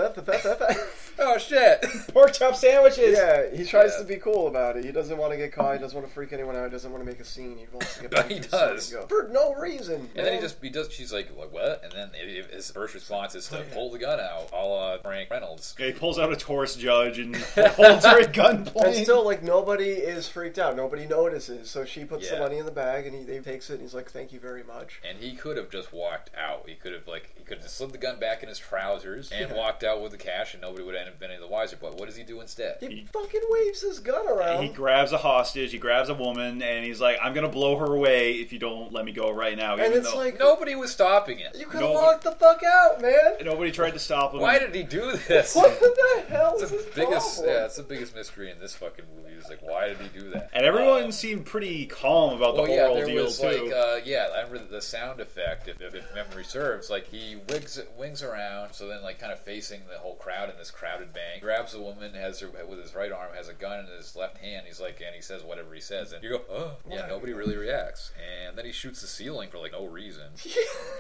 oh shit! pork chop sandwiches. yeah, he tries Yeah. to be cool about it. He doesn't want to get caught. He doesn't want to freak anyone out. He doesn't want to make a scene. He wants to get back He to his son does. and go, for no reason. And then he just he does. She's like, like what? And then it, his first response Oh, is to pull the gun out, a la Frank Reynolds. Yeah, he pulls out a Taurus judge and holds her at gunpoint. And still, like nobody is freaked out. Nobody notices. So she puts the Yeah. money in the bag and he they takes it and he's like, thank you very much. And he could have just walked out. He could have like he could have slid the gun back in his trousers and walked out with the cash, and nobody would have been any the wiser. But what does he do instead? He, He- fucking waves his gun around. He grabs a hostage. He grabs a woman, and he's like, "I'm gonna blow her away if you don't let me go right now." and even it's though like, Nobody was stopping him. you could have no one- walked the fuck out, man. nobody tried to stop him. Why did he do this? What the hell is It's his the biggest, problem? yeah, it's the biggest mystery in this fucking movie. Is like, why did he do that? and everyone Um, seemed pretty calm about the Well, whole Oh, yeah, there deal was too. like, uh, yeah, I remember the sound effect, if, if, if memory serves. Like, he wigs, wings around, so then, like, kind of facing the whole crowd in this crowded bank, grabs a woman, has her with his right arm, has a gun in his left hand. He's like, and he says whatever he says, and you go, oh, yeah, nobody really reacts. And then he shoots the ceiling for, like, no reason.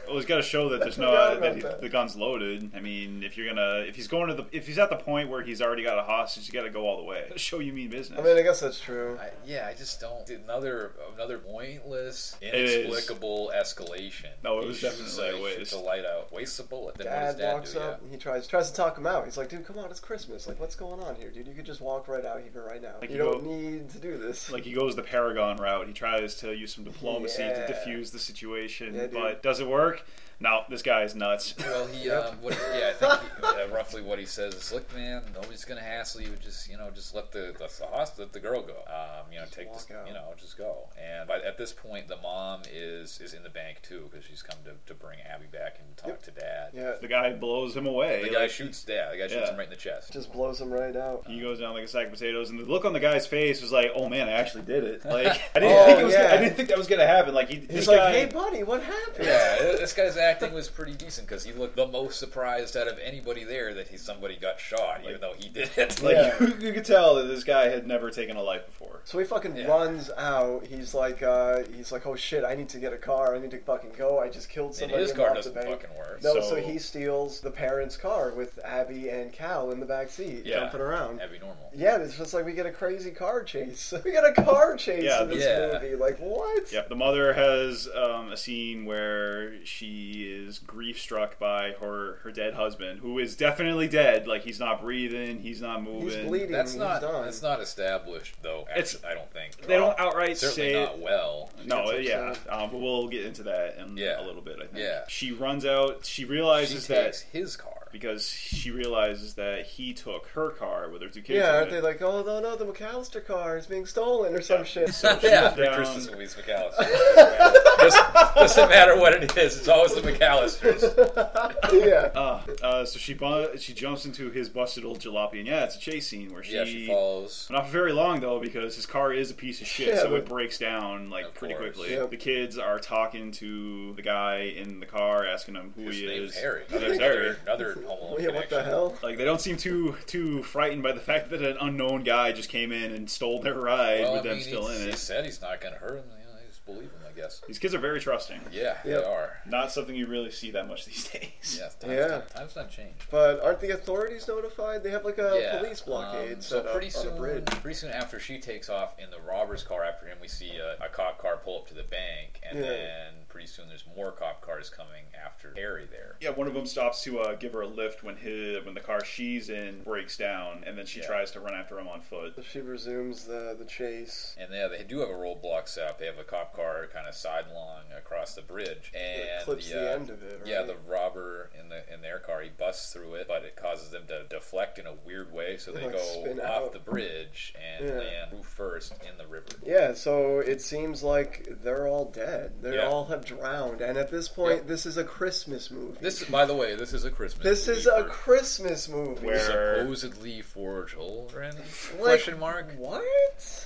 Well, he's got to show that there's no forgot that, about he- that. the gun's loaded. I mean, if you're gonna, if he's going to the, if he's at the point where he's already got a hostage, you got to go all the way. Show you mean business. I mean, I guess that's true. I, yeah, I just don't. Another another pointless, is. inexplicable escalation. No, it He was shoots, definitely a uh, waste. Shoots a light out, wastes a bullet. Then what does Dad Dad walks do? Yeah. up. He tries tries to talk him out. He's like, "Dude, come on, it's Christmas. Like, what's going on here, dude? You could just walk right out here right now. Like, you you don't go- need to do this." like he goes the Paragon route. He tries to use some diplomacy Yeah. to defuse the situation, Yeah, dude. but does it work? No, this guy is nuts. Well, he, Yep. um, what, yeah, I think he, uh, roughly what he says is, "Look, man, nobody's gonna hassle you. Just, you know, just let the let the, host, let the girl go. Um, you know, Just take this, walk out. you know, just go." And but at this point, the mom is is in the bank too because she's come to, to bring Abby back and talk Yep. to Dad. yeah, the guy blows him away. The guy Like, shoots Dad. The guy shoots Yeah. him right in the chest. just blows him right out. he goes down like a sack of potatoes, and the look on the guy's face was like, "Oh man, I actually did it." Like I didn't Oh, think it was. yeah. I didn't think that was gonna happen. Like he, He's this like, guy- "Hey, buddy, what happened?" Yeah, this guy's acting was pretty decent because he looked the most surprised out of anybody there that he somebody got shot, even though he did it. like Yeah. you, you could tell that this guy had never taken a life before. So he fucking Yeah. runs out. He's like, uh, he's like, "Oh shit, I need to get a car. I need to fucking go. I just killed and somebody." his and car robbed doesn't the bank." fucking work. No, so, So- he steals the parents' car with Abby and Cal in the back seat, Yeah. jumping around. That'd be normal. Yeah, it's just like we get a crazy car chase. We get a car chase Yeah, in this yeah. movie. Like what? Yep, the mother has um, a scene where she is grief struck by her her dead husband, who is definitely dead. Like he's not breathing, he's not moving. He's bleeding. That's he's not done. that's not established though. It's- actually, I don't think They don't outright certainly say not well. no. It's yeah, upset. um, but we'll get into that in Yeah. a little bit. I think. Yeah. she runs out. She She realizes takes that his car. because she realizes that he took her car with her two kids. yeah, in aren't it. they like, oh no, no, the McAllister car is being stolen or some shit? So she yeah, goes three down- Christmas movies, McAllister. doesn't, doesn't matter what it is, it's always the McAllisters. yeah, Uh, uh, so she bu- she jumps into his busted old jalopy, and yeah, it's a chase scene where she Yeah, she follows. Not for very long though, because his car is a piece of shit, Yeah, so but- it breaks down Of like pretty course. quickly. Yep. The kids are talking to the guy in the car, asking him who His he name is. Harry. His name's Harry. Another, another Home Alone yeah. What the connection. hell? Like they don't seem too too frightened by the fact that an unknown guy just came in and stole their ride Well, with I them mean, still he, in he it. said he's not going to hurt him. You know, I just believe him, I guess. These kids are very trusting. Yeah, Yep. they are. Not something you really see that much these days. Yeah, times, Yeah. times not changed. But aren't the authorities notified? They have like a yeah. police blockade um, so set up pretty on soon, a bridge. pretty soon after she takes off in the robber's car after him, we see a, a cop car pull up to the bank, and Yeah. then pretty soon there's more cop cars coming after Harry there. Yeah, one of them stops to uh, give her a lift when his, when the car she's in breaks down, and then she Yeah. tries to run after him on foot. She resumes the the chase. And yeah, they do have a roadblock set up. They have a cop car kind of sidelong across the bridge, and It clips uh, the end of it. Right? Yeah, the robber in the in their car, he busts through it, but it causes them to deflect in a weird way, so they Like spin go off out. the bridge and Yeah. land roof first in the river. Yeah, so it seems like they're all dead. They Yeah. all have drowned, and at this point, Yep. this is a Christmas movie. This, is- by the way, this is a Christmas. This movie is a for- Christmas movie. Where- supposedly for children? Like, Question mark. What?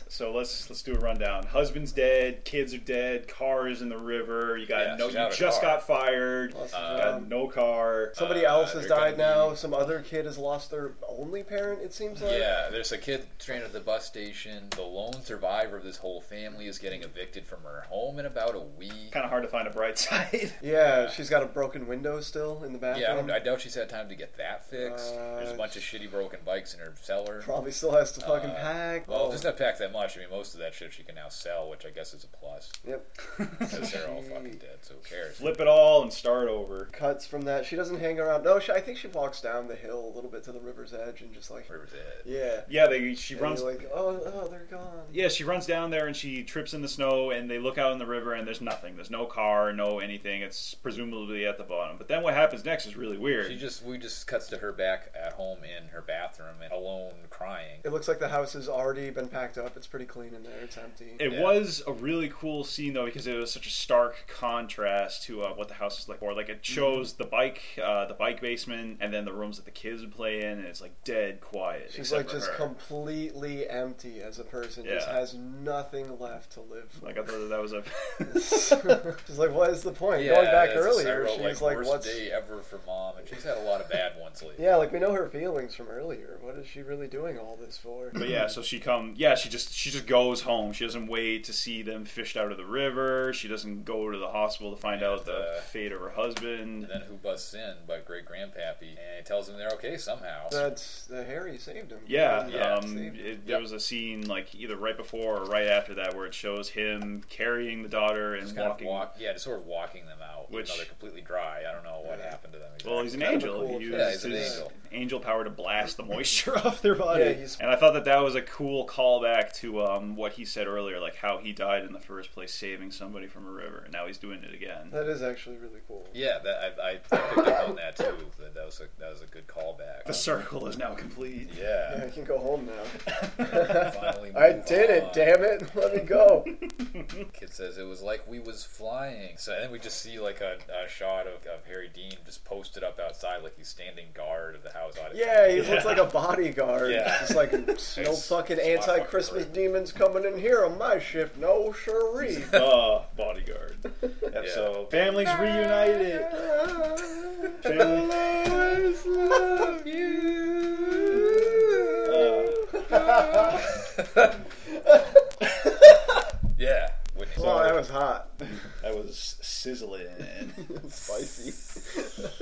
So let's let's do a rundown. Husband's dead, kids are dead, car is in the river. You got Yeah, no, she's you out of just car. got fired. Lost you a Uh, got job. no car. Somebody uh, else has they're gonna died now. be- Some other kid has lost their only parent. It seems like. Yeah, there's a kid stranded at the bus station. The lone survivor of this whole family is getting evicted from her home in about a week. Kind of hard to find a bright side. Yeah, she's got a broken window still in the Yeah, I, bathroom. don't, I doubt she's had time to get that fixed. There's a Uh, bunch of shitty broken bikes in her cellar. Probably still has to fucking Uh, pack. Well, Oh. just not pack that much. I mean, most of that shit she can now sell, which I guess is a plus. guess. Yep. Because they're all fucking dead, so who cares? Flip it all and start over. Cuts from that. She doesn't hang around. No, she, I think she walks down the hill a little bit to the river's edge and just like, River's Edge. yeah. Yeah, they she And runs. you're like, oh, oh, they're gone. Yeah, she runs down there and she trips in the snow, and they look out in the river, and there's nothing. There's no car, no anything. It's presumably at the bottom. But then what happens next is really weird. She just we just cuts to her back at home in her bathroom and alone crying. It looks like the house has already been packed up. It's pretty clean in there. It's empty. It Yeah. was a really cool scene though because it was such a stark contrast to uh, what the house is like. Or like it shows the bike, uh, the bike basement, and then the rooms that the kids would play in, and it's like dead quiet. She's except like for just her. completely empty as a person. Just Yeah. has nothing left to live for. Like I thought that, that was a. she's like, what is the point? Going back that's- I earlier, wrote, she's like, worst what's day ever for mom, and she's had a lot of bad ones lately. Yeah, like we know her feelings from earlier. What is she really doing all this for? but yeah, so she come. Yeah, she just she just goes home. She doesn't wait to see them fished out of the river. She doesn't go to the hospital to find out the uh, fate of her husband. And then who busts in by great grandpappy and tells them they're okay somehow. That's the Harry saved him. Yeah, Yeah, um, saved him. it, there Yep. was a scene like either right before or right after that where it shows him carrying the daughter and Just kind walking. of walk, yeah, just sort of walking them out. Which- Which they're completely dry. I don't know what Yeah. happened to them. Exactly. Well, he's an Kind of a angel. cool he effect. uses Yeah, he's an his angel. angel power to blast the moisture off their body. Yeah, he's- And I thought that that was a cool callback to um, what he said earlier, like how he died in the first place saving somebody from a river, and now he's doing it again. That is actually really cool. yeah, that, I, I picked up on that too. That, that was a that was a good callback. The circle is now complete. Yeah, I Yeah. can go home now. Finally I move did it, on. damn it. Let me go. Kid says it was like we was flying. So then we just see like a, a shot of, of Harry Dean just posted up outside, like he's standing guard of the house. Yeah, he he's looks like a bodyguard. Yeah. Just like no It's- fucking it's my anti fucking Christmas room. demons coming in here on my shift. No siree. Uh, bodyguard. That's Yeah. So families reunited. Ah. Family. Uh, oh, yeah. Whitney. that was hot. That was sizzling. Spicy.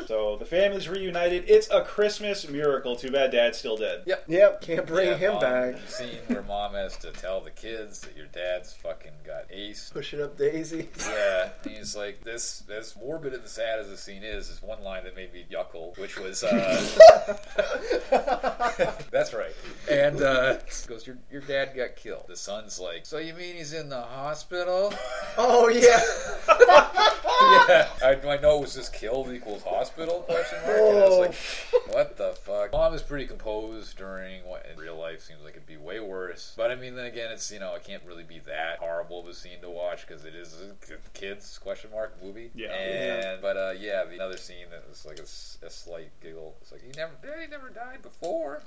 so the family's reunited. It's a Christmas miracle. Too bad Dad's still dead. Yeah. Yep, can't bring Yeah, him mom, back. the Scene where mom has to tell the kids that your dad's fucking got ace. Pushing up Daisy. Yeah, and he's like, this, as morbid and sad as the scene is, is one line that made me yuckle, which was, uh, that's right. And, uh, goes, your, your dad got killed. The son's like, so you mean he's in the hospital? Oh yeah. yeah, I, I know it was just killed equals hospital, question mark, and I was like, What the fuck? Mom is pretty composed during what in real life seems like it'd be way worse. But I mean, then again, it's you know it can't really be that horrible of a scene to watch because it is a k- kids question mark movie. Yeah. And but uh, yeah, the other scene that was like a, s- a slight giggle. It's like he never he never died before.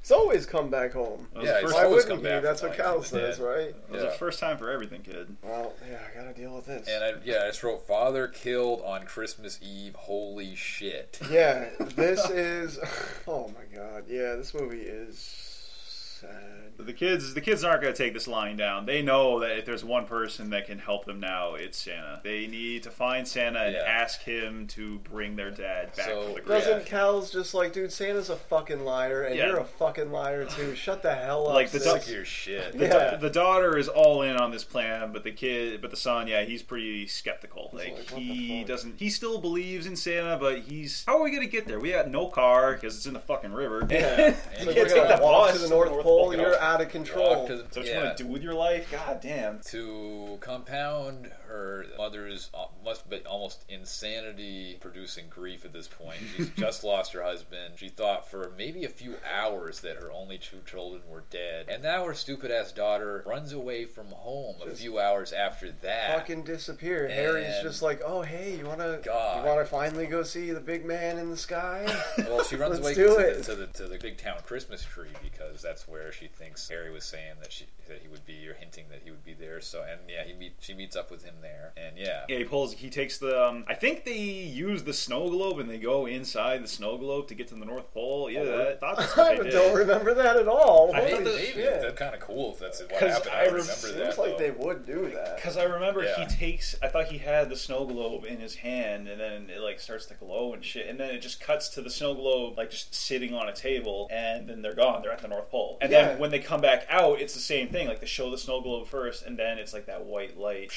He's always come back home. That was Yeah, the first Why he's always wouldn't come he? back That's from what like Cal the dead. says, right? It was the first time for everything, kid. Well, yeah, I gotta deal with this. And I, yeah, I just wrote father killed on Christmas Eve. Holy shit. yeah, this is. Oh my god. Yeah, this movie is sad. The kids, the kids aren't going to take this lying down. They know that if there's one person that can help them now, it's Santa. They need to find Santa and Yeah. ask him to bring their dad back So- from the grave. Doesn't Yeah. Cal's just like, dude, Santa's a fucking liar, and Yeah. you're a fucking liar too. Shut the hell up. Like, the sis. Suck your shit. The, Yeah. the daughter is all in on this plan, but the kid, but the son, yeah, he's pretty skeptical. Like, like, what the he fuck? doesn't, he still believes in Santa, but he's how are we going to get there? We got no car because it's in the fucking river. Yeah. you It's can't like, take we're the gonna walk bus to the North, Pole. You're out of Walk control. to the- So what you yeah. want to do with your life? God damn. to compound her mother's uh, must be almost insanity producing grief at this point she's just lost her husband she thought for maybe a few hours that her only two children were dead and now her stupid ass daughter runs away from home a few hours after that fucking disappear. Harry's And- just like, oh hey, you wanna God. you wanna finally go see the big man in the sky? well she runs Let's away to do the, it. to, the, to the big town christmas tree because that's where she thinks harry was saying that she that he would be or hinting that he would be there so and yeah he meet, she meets up with him there and yeah Yeah, he pulls. He takes the. Um, I think they use the snow globe and they go inside the snow globe to get to the North Pole. Yeah, that, thought that's I what they Oh, don't did. remember that at all. I Holy think Maybe, the- maybe. shit. That's kind of cool if that's what 'Cause happened. I I, don't rem- remember that. Seems though. like they would do that. Because I remember Yeah. he takes. I thought he had the snow globe in his hand, and then it like starts to glow and shit, and then it just cuts to the snow globe like just sitting on a table, and then they're gone. They're at the North Pole, and and yeah. then when they come back out, it's the same thing. Like they show the snow globe first, and then it's like that white light.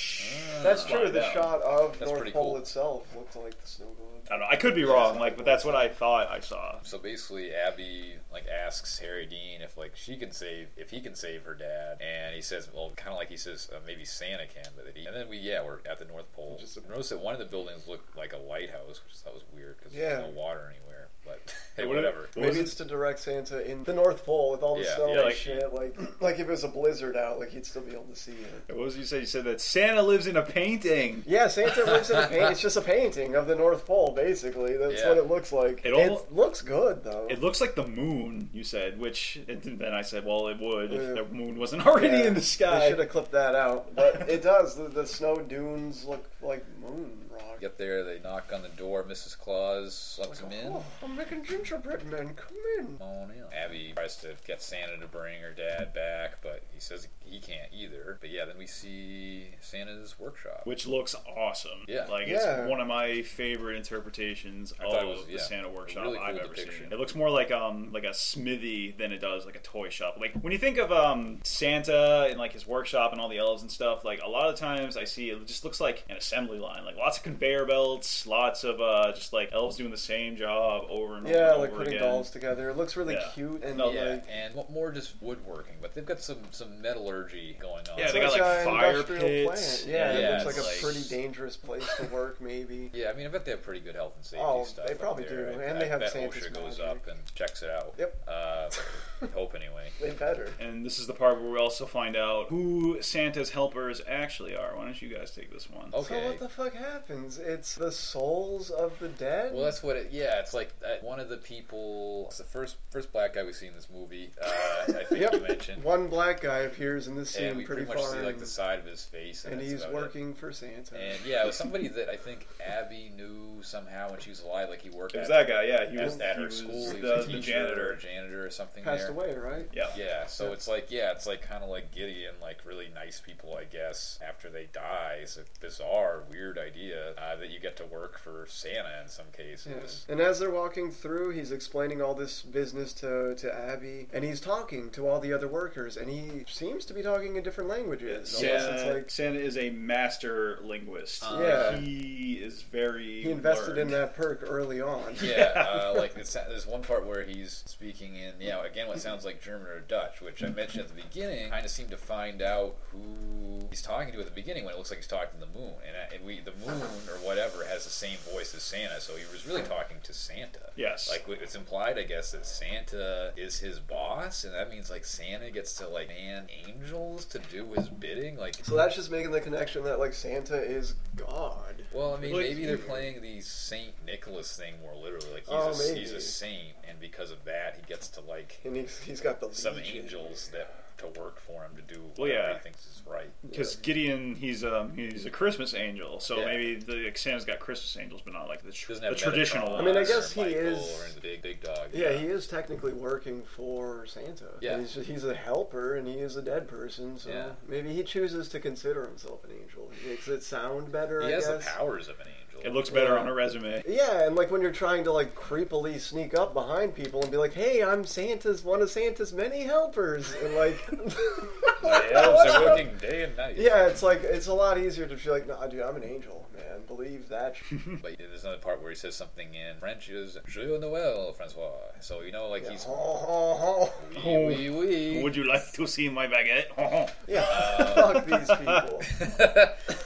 That's Uh, true. The yeah. shot of That's North pretty Pole cool. itself looked like the snow globe. I don't know. I could be wrong, like, but that's what I thought I saw. So basically, Abby like asks Harry Dean if like she can save if he can save her dad, and he says, well, kind of like he says uh, maybe Santa can, but that he, and then we yeah we're at the North Pole. Just Just a- noticed that one of the buildings looked like a lighthouse, which I thought was weird because Yeah. there's no water anywhere. But hey, It would've- whatever. What was Maybe it? it's to direct Santa in the North Pole with all the Yeah, snow yeah, and like- shit. Like, like if it was a blizzard out, like he'd still be able to see it. What was it you said? You said that Santa lives in a painting. Yeah, Santa lives in a paint. It's just a painting of the North Pole, basically. That's Yeah. what it looks like. It almo- it looks good though. It looks like the moon, you said, which and then I said, well, it would if Yeah. the moon wasn't already Yeah. in the They should sky. have clipped that out, but it does. The, the snow dunes look like moon rock. Get there, they knock on the door. Mrs. Claus lets him in. Oh, Oh, I'm making gingerbread men. Come in. on in. Abby tries to get Santa to bring her dad back, but he says he can't either. But yeah, then we see Santa's workshop. Which looks awesome. Yeah. Like, Yeah. it's one of my favorite interpretations I thought it of was, yeah, the Santa a Workshop really I've cool ever depiction. seen. It looks more like um like a smithy than it does like a toy shop. Like, when you think of um Santa and like his workshop and all the elves and stuff, like, a lot of times I see it just looks like an assembly line. Like, lots of conveyor belts, lots of uh just like elves doing the same job over and over Yeah, and like over putting again. dolls together. It looks really Yeah. cute and No, like. yeah, and what more just woodworking, but they've got some some metallurgy going on. Yeah, they it's got, like, a fire industrial pits. Plant. Yeah, Yeah, it it's looks like a like- pretty dangerous place to work, maybe. Yeah, I mean, I bet they have pretty good health and safety Oh, stuff. they up probably there. do, I- and they I have bet Santa's OSHA goes magic. up and checks it out. Yep. Uh, hope anyway. They better. And this is the part where we also find out who Santa's helpers actually are. Why don't you guys take this one? Okay. So what the fuck happens? It's the souls of the dead. Well, that's what it. Yeah, it's like uh, one of the people. It's the first first black guy we see in this movie. Uh, I think Yep. you mentioned. One black guy appears in this scene and we pretty, pretty, much far, see like in, the side of his face, and, and that's he's about it. working for Santa. And yeah, it was somebody that I think Abby knew somehow when she was alive. Like he worked It was at, that guy, yeah. He was, at he her was school. He the, was a the teacher or janitor. janitor or something. Passed there. away, right? Yeah. Yeah, so Yeah. it's like yeah, it's like kind of like giddy and like really nice people, I guess. After they die, it's a bizarre, weird idea uh, that you get to work for Santa in some cases. Yeah. And as they're walking through, he's explaining all this business to, to Abby, and he's talking to all the other workers, and he seems to be talking in different languages. Santa, Unless it's like Santa is a master linguist. Uh, Yeah. He is very. he invested learned. in that perk early on. Yeah, uh, like it's, there's one part where he's speaking in, you know, again, what sounds like German or Dutch, which I mentioned at the beginning. Kind of seemed to find out who he's talking to at the beginning when it looks like he's talking to the moon, and, I, and we, the moon or whatever, has the same voice as Santa, so he was really talking to Santa. Yes. like it's implied, I guess, that Santa is his boss, and that means like Santa gets to like man angels to do his bidding. Like, So that's just making the connection that like Santa is God. well, I mean, Like- maybe they're playing the Saint Nicholas thing more literally. Like he's, Oh, a, maybe. he's a saint, and because of that, he gets to like And he's, he's got the some legion. angels that to work for him to do whatever Well, yeah. he thinks is right. Because Gideon, he's um he's a Christmas angel, so Yeah. maybe the like, Santa's got Christmas angels, but not like the, tr- Doesn't the have traditional. Metatron I mean, I or ones. guess he Michael is- Or the big big dog. Yeah, he is technically working for Santa. Yeah. he's, he's a helper and he is a dead person, so Yeah. maybe he chooses to consider himself an angel. He makes it sound better. He I has the guess. powers of an angel. It looks better Yeah. on a resume. Yeah, and like when you're trying to like creepily sneak up behind people and be like, "Hey, I'm Santa's one of Santa's many helpers," and like, The elves are working day and night. yeah, it's like it's a lot easier to feel like, "Nah, dude, I'm an angel, man. Believe that." shit." But there's another part where he says something in French is "Je Noël, Francois." So you know, like Yeah. he's Oh, oh, oh. "Oui, oui, oui." Would you like to see my baguette? yeah, fuck these people.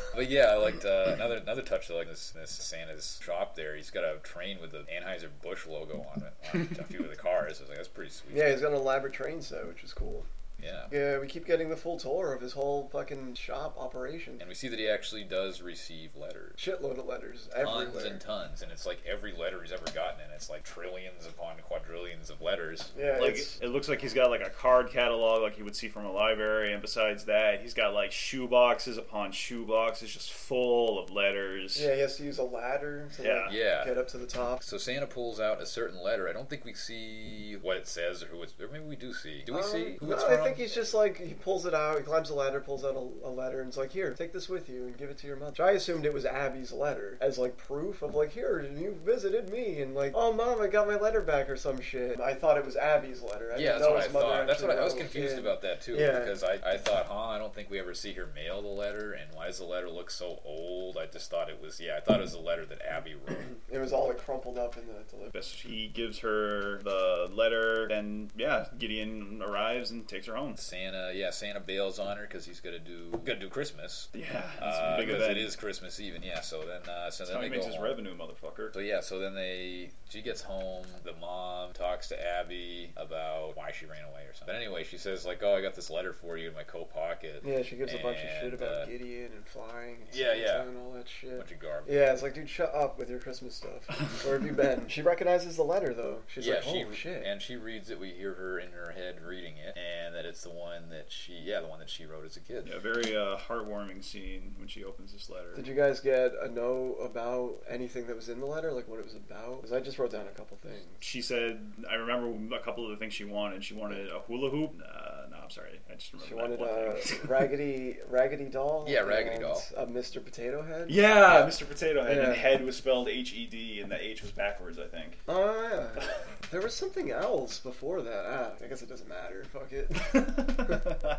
but yeah, I liked uh, another another touch that I like this, this Santa's shop there. He's got a train with the Anheuser Busch logo on it on a few of the cars. I was like, that's pretty sweet. Yeah, he's got an elaborate train set, which is cool. yeah. Yeah, we keep getting the full tour of his whole fucking shop operation. And we see that he actually does receive letters. Shitload of letters Tons everywhere. and tons, and it's like every letter he's ever gotten, and it's like trillions upon quadrillions of letters. yeah, like it's, it looks like he's got like a card catalog like you would see from a library and besides that he's got like shoe boxes upon shoe boxes just full of letters yeah, he has to use a ladder to like, Yeah. get up to the top. So Santa pulls out a certain letter. I don't think we see what it says or who it's. Or maybe we do see. Do we Um, see who no, it's I from? think he's just like he pulls it out. He climbs a ladder, pulls out a, a letter, and it's like, "Here, take this with you and give it to your mother." So I assumed it was Abby's letter as like proof of like, "Here, you visited me," and like, "Oh, mom, I got my letter back" or some shit. I thought it was Abby's letter. I yeah, that's didn't know what I his mother thought. That's actually what I, I wrote was a confused kid. about that too, Yeah. because I, I thought, huh, I don't think we ever see her mail the letter, and why does the letter look so old? I just thought it was, yeah, I thought it was a letter that Abby wrote. It was all like crumpled up in the delivery. Best he gives her the letter, and yeah, Gideon arrives and takes her home. Santa, yeah, Santa bails on her because he's gonna do gonna do Christmas Yeah, it's Uh, a big because event. it is Christmas Eve, and yeah, so then uh, so That's then how they he makes go his home. revenue, motherfucker. So yeah, so then they she gets home, the mom talks to Abby about why she ran away or something. But anyway, she says like, "Oh, I got this letter for you in my coat pocket." Yeah, she gives a bunch of shit And, about uh, Gideon and flying. And Yeah, Santa yeah. and all that shit. Bunch of garbage. Yeah, it's like, dude, shut up with your Christmas stuff. Where have you been? She recognizes the letter though. She's yeah, like, "Holy she shit!" and she reads it. We hear her in her head reading it, and that it's the one that she, yeah, the one that she wrote as a kid. Yeah, very uh, heartwarming scene when she opens this letter. Did you guys get a no about anything that was in the letter, like what it was about? Because I just wrote down a couple things. She said, "I remember a couple of the things she wanted. She wanted a hula hoop. Uh, no, I'm sorry, I just remember She that wanted one a thing. raggedy, raggedy doll. Yeah, Raggedy and Doll. A Mr. Potato Head. yeah, Mr. Potato Head. Yeah. And head was spelled H E D, and the H was backwards, I think. Oh yeah. There was something else before that. Ah, I guess it doesn't matter. Fuck it.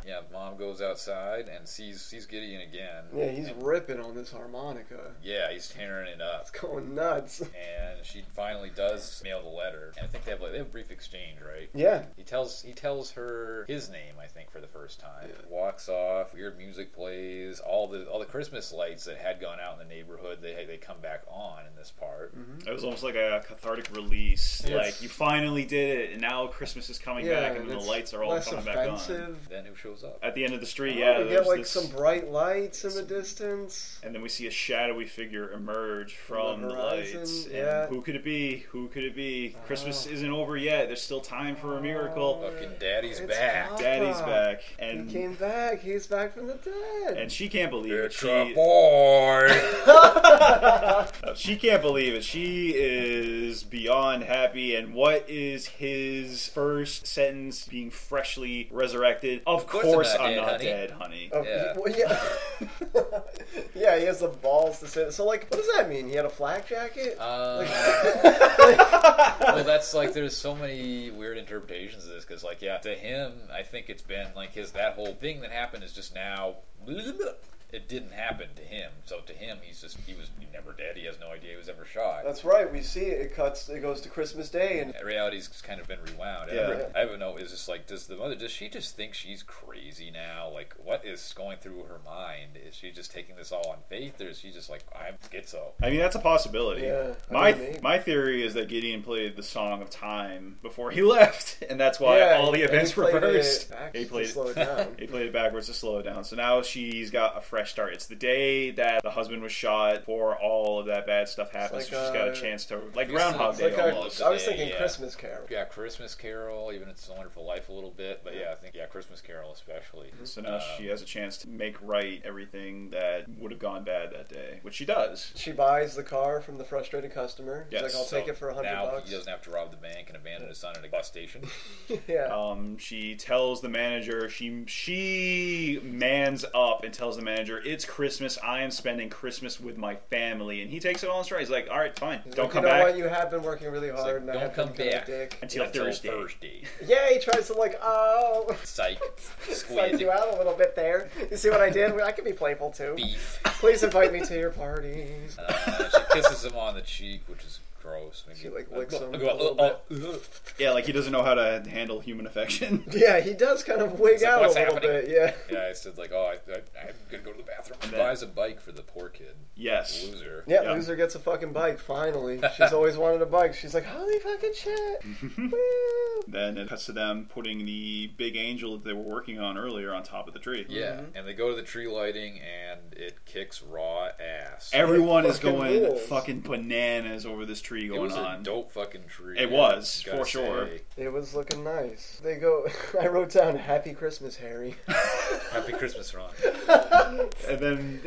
Yeah, mom goes outside and sees sees Gideon again. yeah, he's And- ripping on this harmonica. yeah, he's tearing it up. It's going nuts. And she finally does mail the letter, and I think they have like they have a brief exchange, right? Yeah, He tells he tells her his name, I think, for the first time. Walks off. Weird music plays. All the all the Christmas lights that had gone out in the neighborhood, they they come back on in this part. Mm-hmm. It was almost like a cathartic release. Yes. Like you finally did it, and now Christmas is coming yeah. back, and the it's lights are all less coming back on. offensive. Then who shows up? At the end of the street, Yeah, yeah, we there's get like this- some bright lights in the distance. and then we see a shadowy figure emerge from the the, horizon, lights. And yeah. Uh-huh. who could it be? Who could it be? Christmas isn't over yet. There's still time for a miracle. Fucking daddy's Oh, It's back. Papa. Daddy's back, He and came back. He's back from the dead. and she can't believe it. It's She, a boy. uh, she can't believe it. She is beyond happy. And what is his first sentence? Being freshly resurrected. Of, course course, I'm not I'm dead, not honey." dead, honey. Of- Yeah. well, yeah. yeah, he has the balls to say. So, like, what does that mean? He had a flak jacket. Um, well, that's like there's so many weird interpretations of this because, like, yeah, to him, I think it's been like his that whole thing that happened is just now. It didn't happen to him, so to him, he's just he was never dead. He has no idea he was ever shot. That's right. We see it. It cuts. It goes to Christmas Day, and reality's kind of been rewound. Yeah. I, don't, I don't know. Is just like, does the mother? Does she just think she's crazy now? Like, what is going through her mind? Is she just taking this all on faith, or is she just like, I'm schizo? I mean, that's a possibility. Yeah, I my mean, maybe. my theory is that Gideon played the song of time before he left, and that's why Yeah, all the and events he played it reversed. back He to played slow it. it down. he played it backwards to slow it down. So now she's got a fresh start. It's the day that the husband was shot, for all of that bad stuff happened. like, so she's got uh, a chance to like it's Groundhog like Day like Yeah, our, almost. almost. I was Yeah, thinking yeah. Christmas Carol. Yeah, Christmas Carol, even It's a Wonderful Life a little bit, but yeah, I think yeah, Christmas Carol especially. Um, So now she has a chance to make right everything that would have gone bad that day, which she does. She buys the car from the frustrated customer. She's Yes, like, I'll So take it for a hundred Now bucks. he doesn't have to rob the bank and abandon his son at a bus station. yeah. Um, she tells the manager she she mans up and tells the manager it's Christmas. I am spending Christmas with my family, and he takes it all in stride. He's like, "All right, fine, He's don't like, come you know back What? You have been working really hard, and I don't have come been kind of back. a dick. until, Thursday." Thursday. Yeah, he tries to like, oh, Psych. psych Squid. you out a little bit there. You see what I did? I can be playful too. Beef. Please invite me to your parties. Uh, she kisses him on the cheek, which is gross. Maybe She, like, licks him I uh, a little Yeah, like he doesn't know how to handle human affection. Yeah, he does kind of wig like, out "What's a little happening?" bit. Yeah. Yeah, I said like, oh, I, I, I'm gonna go to the bathroom. She Then- buys a bike for the poor kid, yes, loser. Yeah, Yeah. loser gets a fucking bike. Finally, she's always wanted a bike. She's like, holy fucking shit! Woo. Then it cuts to them putting the big angel that they were working on earlier on top of the tree. Mm-hmm. Yeah, and they go to the tree lighting, and it kicks raw ass. Everyone is Fucking going rules. fucking bananas over this tree it going was on. a dope fucking tree. It was, gotta for sure. say. It was looking nice. They go. I wrote down "Happy Christmas, Harry." Happy Christmas, Ron. and then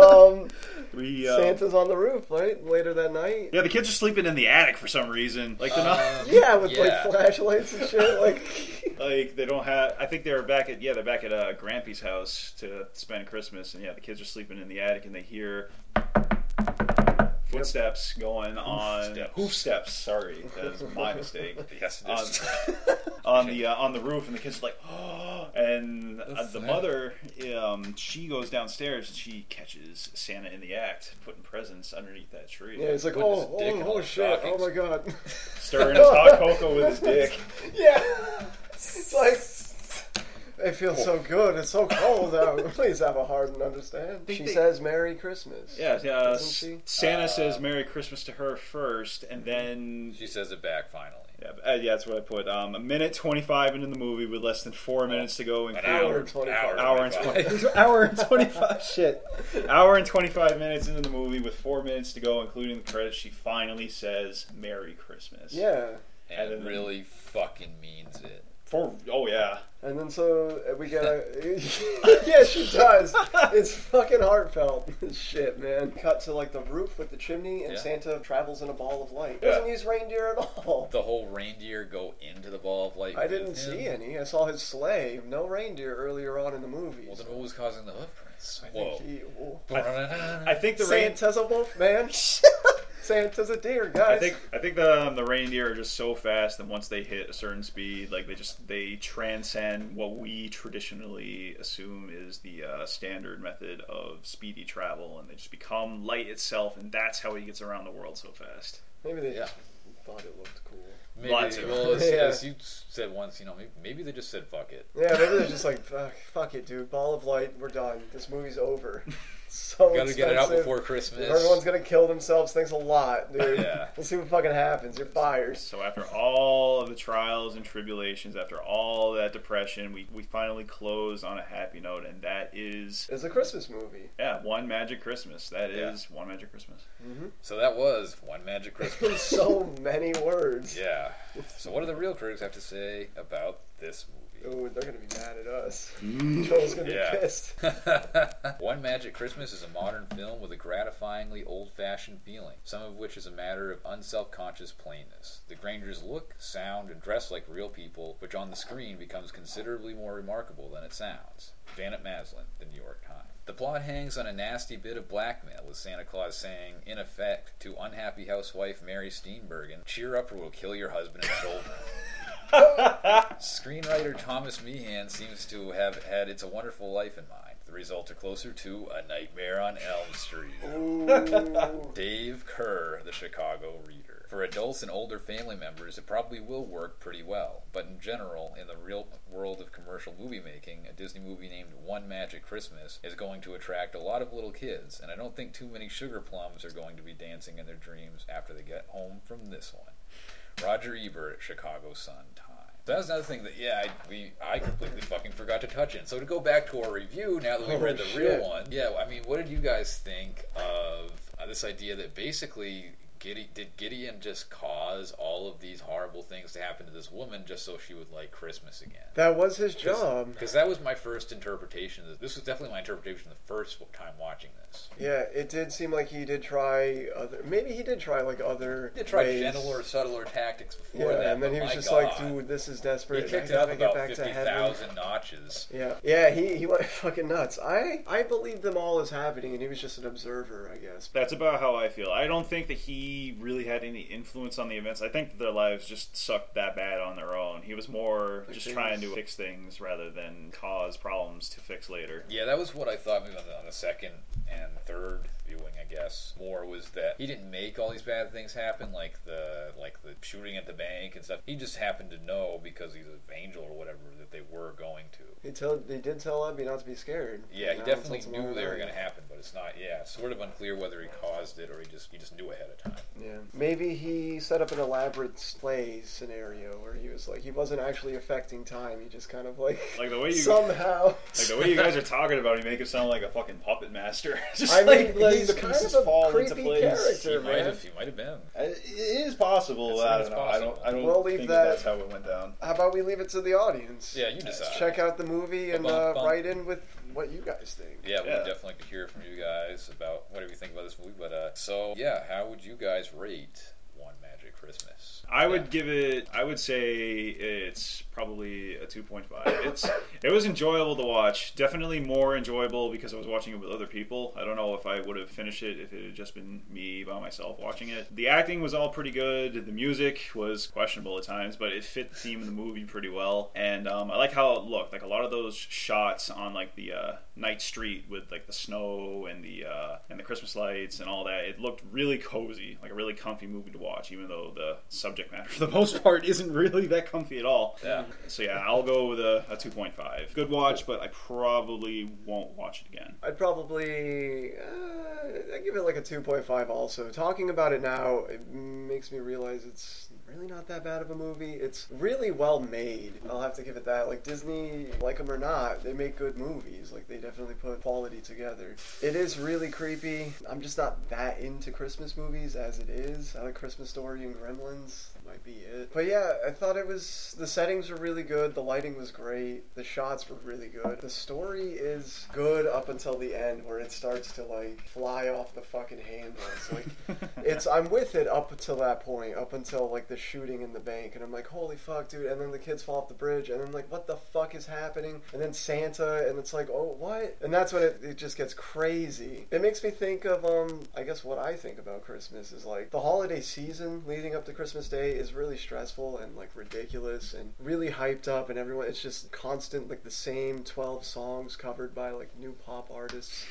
Um, we uh, Santa's on the roof, right? Later that night. Yeah, the Uh. kids are sleeping in the attic for some reason. Like they're not. Yeah, with Yeah. like flashlights and shit. Like, like they don't have. I think they were back at yeah, they're back at uh, Grampy's house to spend Christmas, and yeah, the kids are sleeping in the attic, and they hear footsteps going on steps. hoof steps. Sorry, that is my mistake. Yes, it Um, is. on the uh, on the roof, and the kids are like, oh, and uh, That's the sad. mother, um, she goes downstairs and she catches Santa in the act, putting presents underneath that tree, Yeah, he's like, Putting his oh, dick oh, in oh the shit, oh stockings. my god. stirring his hot cocoa with his dick. yeah. It's like, I feel Oh. so good. It's so cold out. Please have a heart and understand. She they- says Merry Christmas. Yeah, yeah. uh, Doesn't she? Santa Uh, says Merry Christmas to her first, and then she says it back finally. yeah, uh, yeah, that's what I put. Um, a minute twenty-five into the movie, with less than four minutes to go, An including hour, and 25. hour, hour and 25. twenty hour and twenty five shit. Hour and twenty five minutes into the movie with four minutes to go, including the credits, she finally says Merry Christmas. Yeah. and And then- really fucking means it. For oh yeah. And then so uh, we get a yeah, she does. It's fucking heartfelt. Shit, man. Cut to like the roof with the chimney, and Yeah. Santa travels in a ball of light. Yeah. Doesn't use reindeer at all. The whole reindeer go into the ball of light. I with didn't him. see any. I saw his sleigh. No reindeer earlier on in the movie. Well, then what was causing the hoofprints? Whoa. Thank you. Well, I think the rain. Santa's a wolf, man. Santa's a deer, guys. I think I think the um, the reindeer are just so fast that once they hit a certain speed, like they just they transcend what we traditionally assume is the uh, standard method of speedy travel, and they just become light itself, and that's how he gets around the world so fast. maybe they Yeah. thought it looked cool. Maybe, Lots of- well, as, Yeah. as you said once, you know, maybe, maybe they just said fuck it. Yeah, maybe they're just like, fuck, fuck it, dude. Ball of light. We're done. This movie's over. So Gotta get it out expensive. before Christmas. Everyone's gonna kill themselves. Thanks a lot, dude. Yeah. We'll see what fucking happens. You're fired. So after all of the trials and tribulations, after all that depression, we, we finally close on a happy note, and that is It's a Christmas movie. yeah, one magic Christmas. That is Yeah. one magic Christmas. So that was One Magic Christmas. So many words. yeah. So what do the real critics have to say about this movie? Ooh, they're gonna be mad at us. Joel's gonna Mm. Yeah. be pissed. One Magic Christmas is a modern film with a gratifyingly old fashioned feeling, some of which is a matter of unself conscious plainness. The Grangers look, sound, and dress like real people, which on the screen becomes considerably more remarkable than it sounds. Janet Maslin, The New York Times. The plot hangs on a nasty bit of blackmail, with Santa Claus saying, in effect, to unhappy housewife Mary Steenburgen, cheer up or we'll kill your husband and children. Screenwriter Thomas Meehan seems to have had It's a Wonderful Life in mind. The results are closer to A Nightmare on Elm Street. Ooh. Dave Kerr, the Chicago Reader. For adults and older family members, it probably will work pretty well. But in general, in the real world of commercial movie making, a Disney movie named One Magic Christmas is going to attract a lot of little kids, and I don't think too many sugar plums are going to be dancing in their dreams after they get home from this one. Roger Ebert, Chicago Sun Times. So that's another thing that yeah, I, we I completely fucking forgot to touch in. So to go back to our review now that we Holy read the Oh, shit. real one, yeah, I mean, what did you guys think of uh, this idea that basically Gide- did Gideon just cause all of these horrible things to happen to this woman just so she would like Christmas again? that was his job. Because that was my first interpretation. of this. This was definitely my interpretation the first time watching this. Yeah, it did seem like he did try other. Maybe he did try like other. He did try ways. gentler, subtler tactics before Yeah, that, and then but he was my just God. like, dude, this is He desperate. I kicked it up gotta get about back to fifty heaven. thousand notches. Yeah, yeah, he, he went fucking nuts. I I believed them all as happening, and he was just an observer, I guess. That's about how I feel. I don't think that he really had any influence on the events. I think that their lives just sucked that bad on their own. He was more just things. trying to fix things rather than cause problems to fix later. Yeah, that was what I thought maybe on the, on the second and third viewing, I guess. More was that he didn't make all these bad things happen, like the like the shooting at the bank and stuff. He just happened to know because he's an angel or whatever that they were going to. He tell they did tell Abby not to be scared. Yeah, he Now definitely it's knew they were tomorrow going night. to happen, but it's not. Yeah, sort of unclear whether he caused it or he just he just knew ahead of time. Yeah, maybe he set up an elaborate play scenario where he was like he wasn't actually affecting time. He just kind of like, Like the way you somehow. like the way you guys are talking about, him, you make him sound like a fucking puppet master. just I mean, like letting he's the kind pieces of a fall into creepy place. character. He Sure, might man. have. He might have been. I- It is possible. It's I not don't know. as I don't. I don't We'll leave think that that- that's how it went down. How about we leave it to the audience? Yeah, you decide. Check out the movie and Bum, uh, bum. write in with what you guys think. Yeah, we'd Yeah. definitely like to hear from you guys about whatever you think about this movie. But uh, so yeah, how would you guys rate One Magic Christmas? I would Yeah. give it. I would say it's probably a 2.5. It's it was enjoyable to watch. Definitely more enjoyable because I was watching it with other people. I don't know if I would have finished it if it had just been me by myself watching it. The acting was all pretty good. The music was questionable at times, but it fit the theme of the movie pretty well. And um, I like how it looked. Like a lot of those shots on like the uh, night street with like the snow and the uh, and the Christmas lights and all that. It looked really cozy, like a really comfy movie to watch, even though the subject matter for the most part isn't really that comfy at all. Yeah. So yeah, I'll go with a, a 2.5. Good watch, but I probably won't watch it again. I'd probably uh, I give it like a 2.5. Also, talking about it now, it makes me realize it's really not that bad of a movie. It's really well made. I'll have to give it that. Like Disney, like them or not, they make good movies. Like they definitely put quality together. It is really creepy. I'm just not that into Christmas movies as it is. I like Christmas Story and Gremlins. That might be it. But yeah, I thought it was the settings were really good. The lighting was great. The shots were really good. The story is good up until the end where it starts to like fly off the fucking handles. Like it's I'm with it up until that point, up until like the shooting in the bank, and I'm like, holy fuck, dude! And then the kids fall off the bridge, and I'm like, what the fuck is happening? And then Santa, and it's like, oh what? And that's when it, it just gets crazy. It makes me think of um, I guess what I think about Christmas is like the holiday season leading up to Christmas Day is really stressful and like ridiculous and really hyped up, and everyone it's just constant like the same twelve songs covered by like new pop artists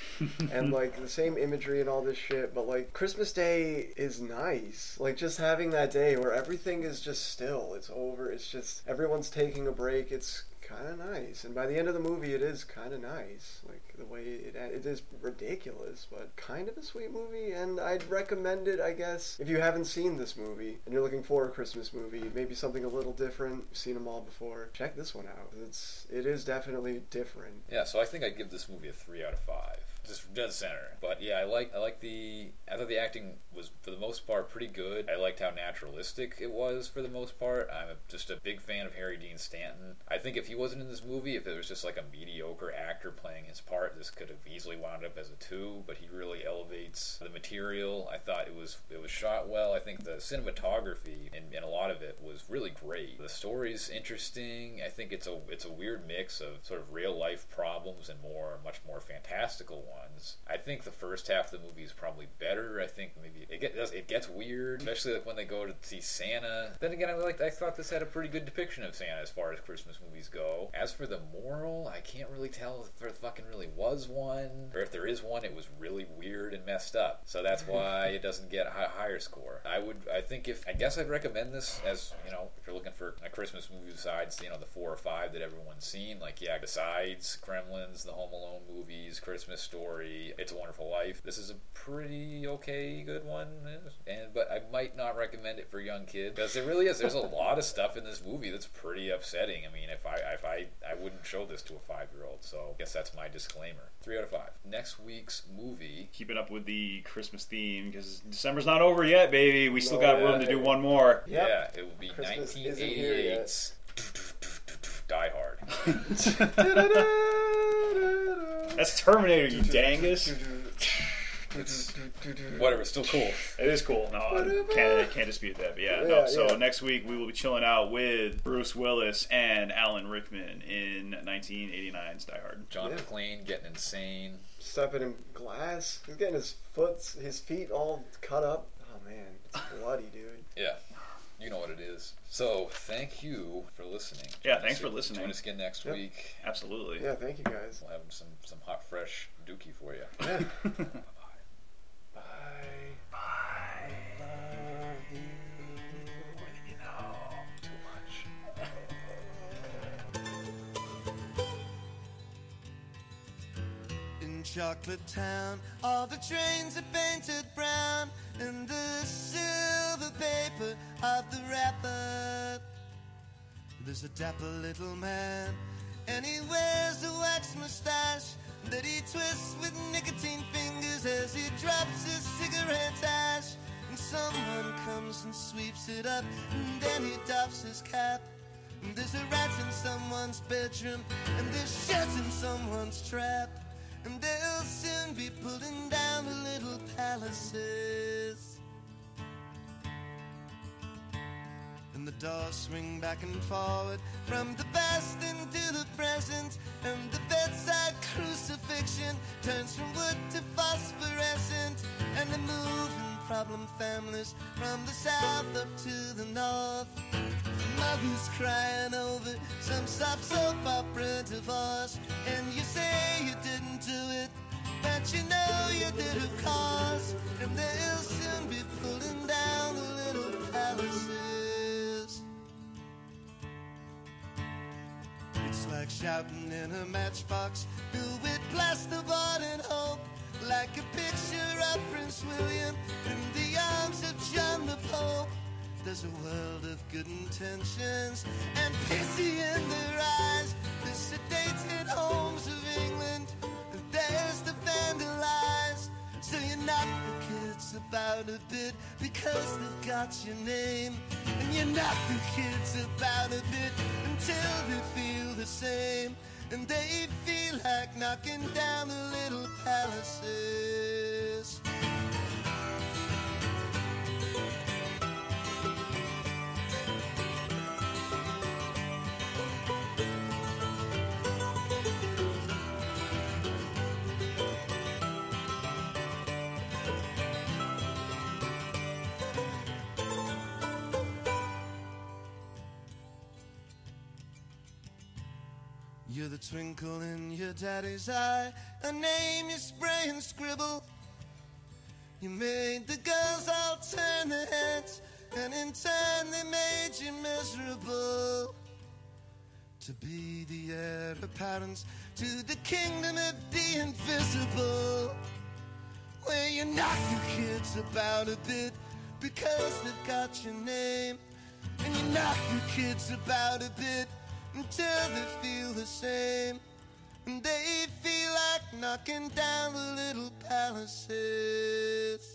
and like the same imagery and all this shit but like christmas day is nice like just having that day where everything is just still it's over it's just everyone's taking a break it's kind of nice and by the end of the movie it is kind of nice like the way it it is ridiculous but kind of a sweet movie and i'd recommend it i guess if you haven't seen this movie and you're looking for a christmas movie maybe something a little different you've seen them all before check this one out it's it is definitely different Yeah, so I think I'd give this movie a three out of five. Just dead center. But yeah, I like I like the I thought the acting was for the most part pretty good. I liked how naturalistic it was for the most part. I'm a, just a big fan of Harry Dean Stanton. I think if he wasn't in this movie, if it was just like a mediocre actor playing his part, this could have easily wound up as a two. But he really elevates the material. I thought it was it was shot well. I think the cinematography and, and a lot of it was really great. The story's interesting. I think it's a it's a weird mix of sort of real life problems and more much more fantastical ones. I think the first half of the movie is probably better. I think maybe it gets it gets weird, especially like when they go to see Santa. Then again, I like I thought this had a pretty good depiction of Santa as far as Christmas movies go. As for the moral, I can't really tell if there fucking really was one, or if there is one, it was really weird and messed up. So that's why it doesn't get a hi- higher score. I would I think if I guess I'd recommend this as you know if you're looking for a Christmas movie besides you know the four or five that everyone's seen. Like yeah, besides Gremlins, the Home Alone movies, Christmas Story, It's a Wonderful Life. This is a pretty okay good one, and but I might not recommend it for young kids because there really is there's a lot of stuff in this movie that's pretty upsetting. I mean if I if I I wouldn't show this to a five year old, so I guess that's my disclaimer. Three out of five. Next week's movie Keeping up with the Christmas theme because December's not over yet, baby. We still got No. room to do one more. Yep. Yeah, it will be Christmas isn't here yet. 1988's Die Hard. That's Terminator, you dangus. It's whatever, it's still cool. It is cool. No, I Whatever. can't, can't dispute that. But yeah, Yeah, no. So yeah. next week we will be chilling out with Bruce Willis and Alan Rickman in 1989's Die Hard. John Yeah. McClane getting insane. stepping in glass. He's getting his foot, his feet all cut up. Oh man, it's bloody, dude. Yeah. You know what it is. So, thank you for listening. Yeah, Join thanks us- for listening. Join us again next Yep. week. Absolutely. Yeah, thank you guys. We'll have some, some hot, fresh dookie for you. Bye. Too much. in Chocolate Town. All the trains are painted brown, and the silver paper of the wrapper. There's a dapper little man, and he wears a wax mustache that he twists with nicotine fingers as he drops his cigarette ash. And someone comes and sweeps it up, and then he doffs his cap. And there's a rat in someone's bedroom, and there's shit in someone's trap. And they'll soon be pulling down the little palaces. And and the doors swing back and forward from the past into the present, and the bedside crucifixion turns from wood to phosphorescent, and the moving problem families from the south up to the north. Mother's crying over some soft soap opera divorce, and you say you didn't do it, but you know you did, of course. And they'll soon be pulling down the little palaces. It's like shouting in a matchbox, filled with plasterboard and hope. Like a picture of Prince William in the arms of John the Pope. There's a world of good intentions and pity in their eyes. The sedated homes of England, and there's the vandalized. So you're not the kids about a bit because they've got your name. And you're not the kids about a bit until they feel the same. And they feel like knocking down the little palaces. You're the twinkle in your daddy's eye, a name you spray and scribble. You made the girls all turn their heads, and in turn they made you miserable. To be the heir apparent to the kingdom of the invisible, where you knock the kids about a bit because they've got your name, and you knock the kids about a bit until they feel the same. And they feel like knocking down the little palaces.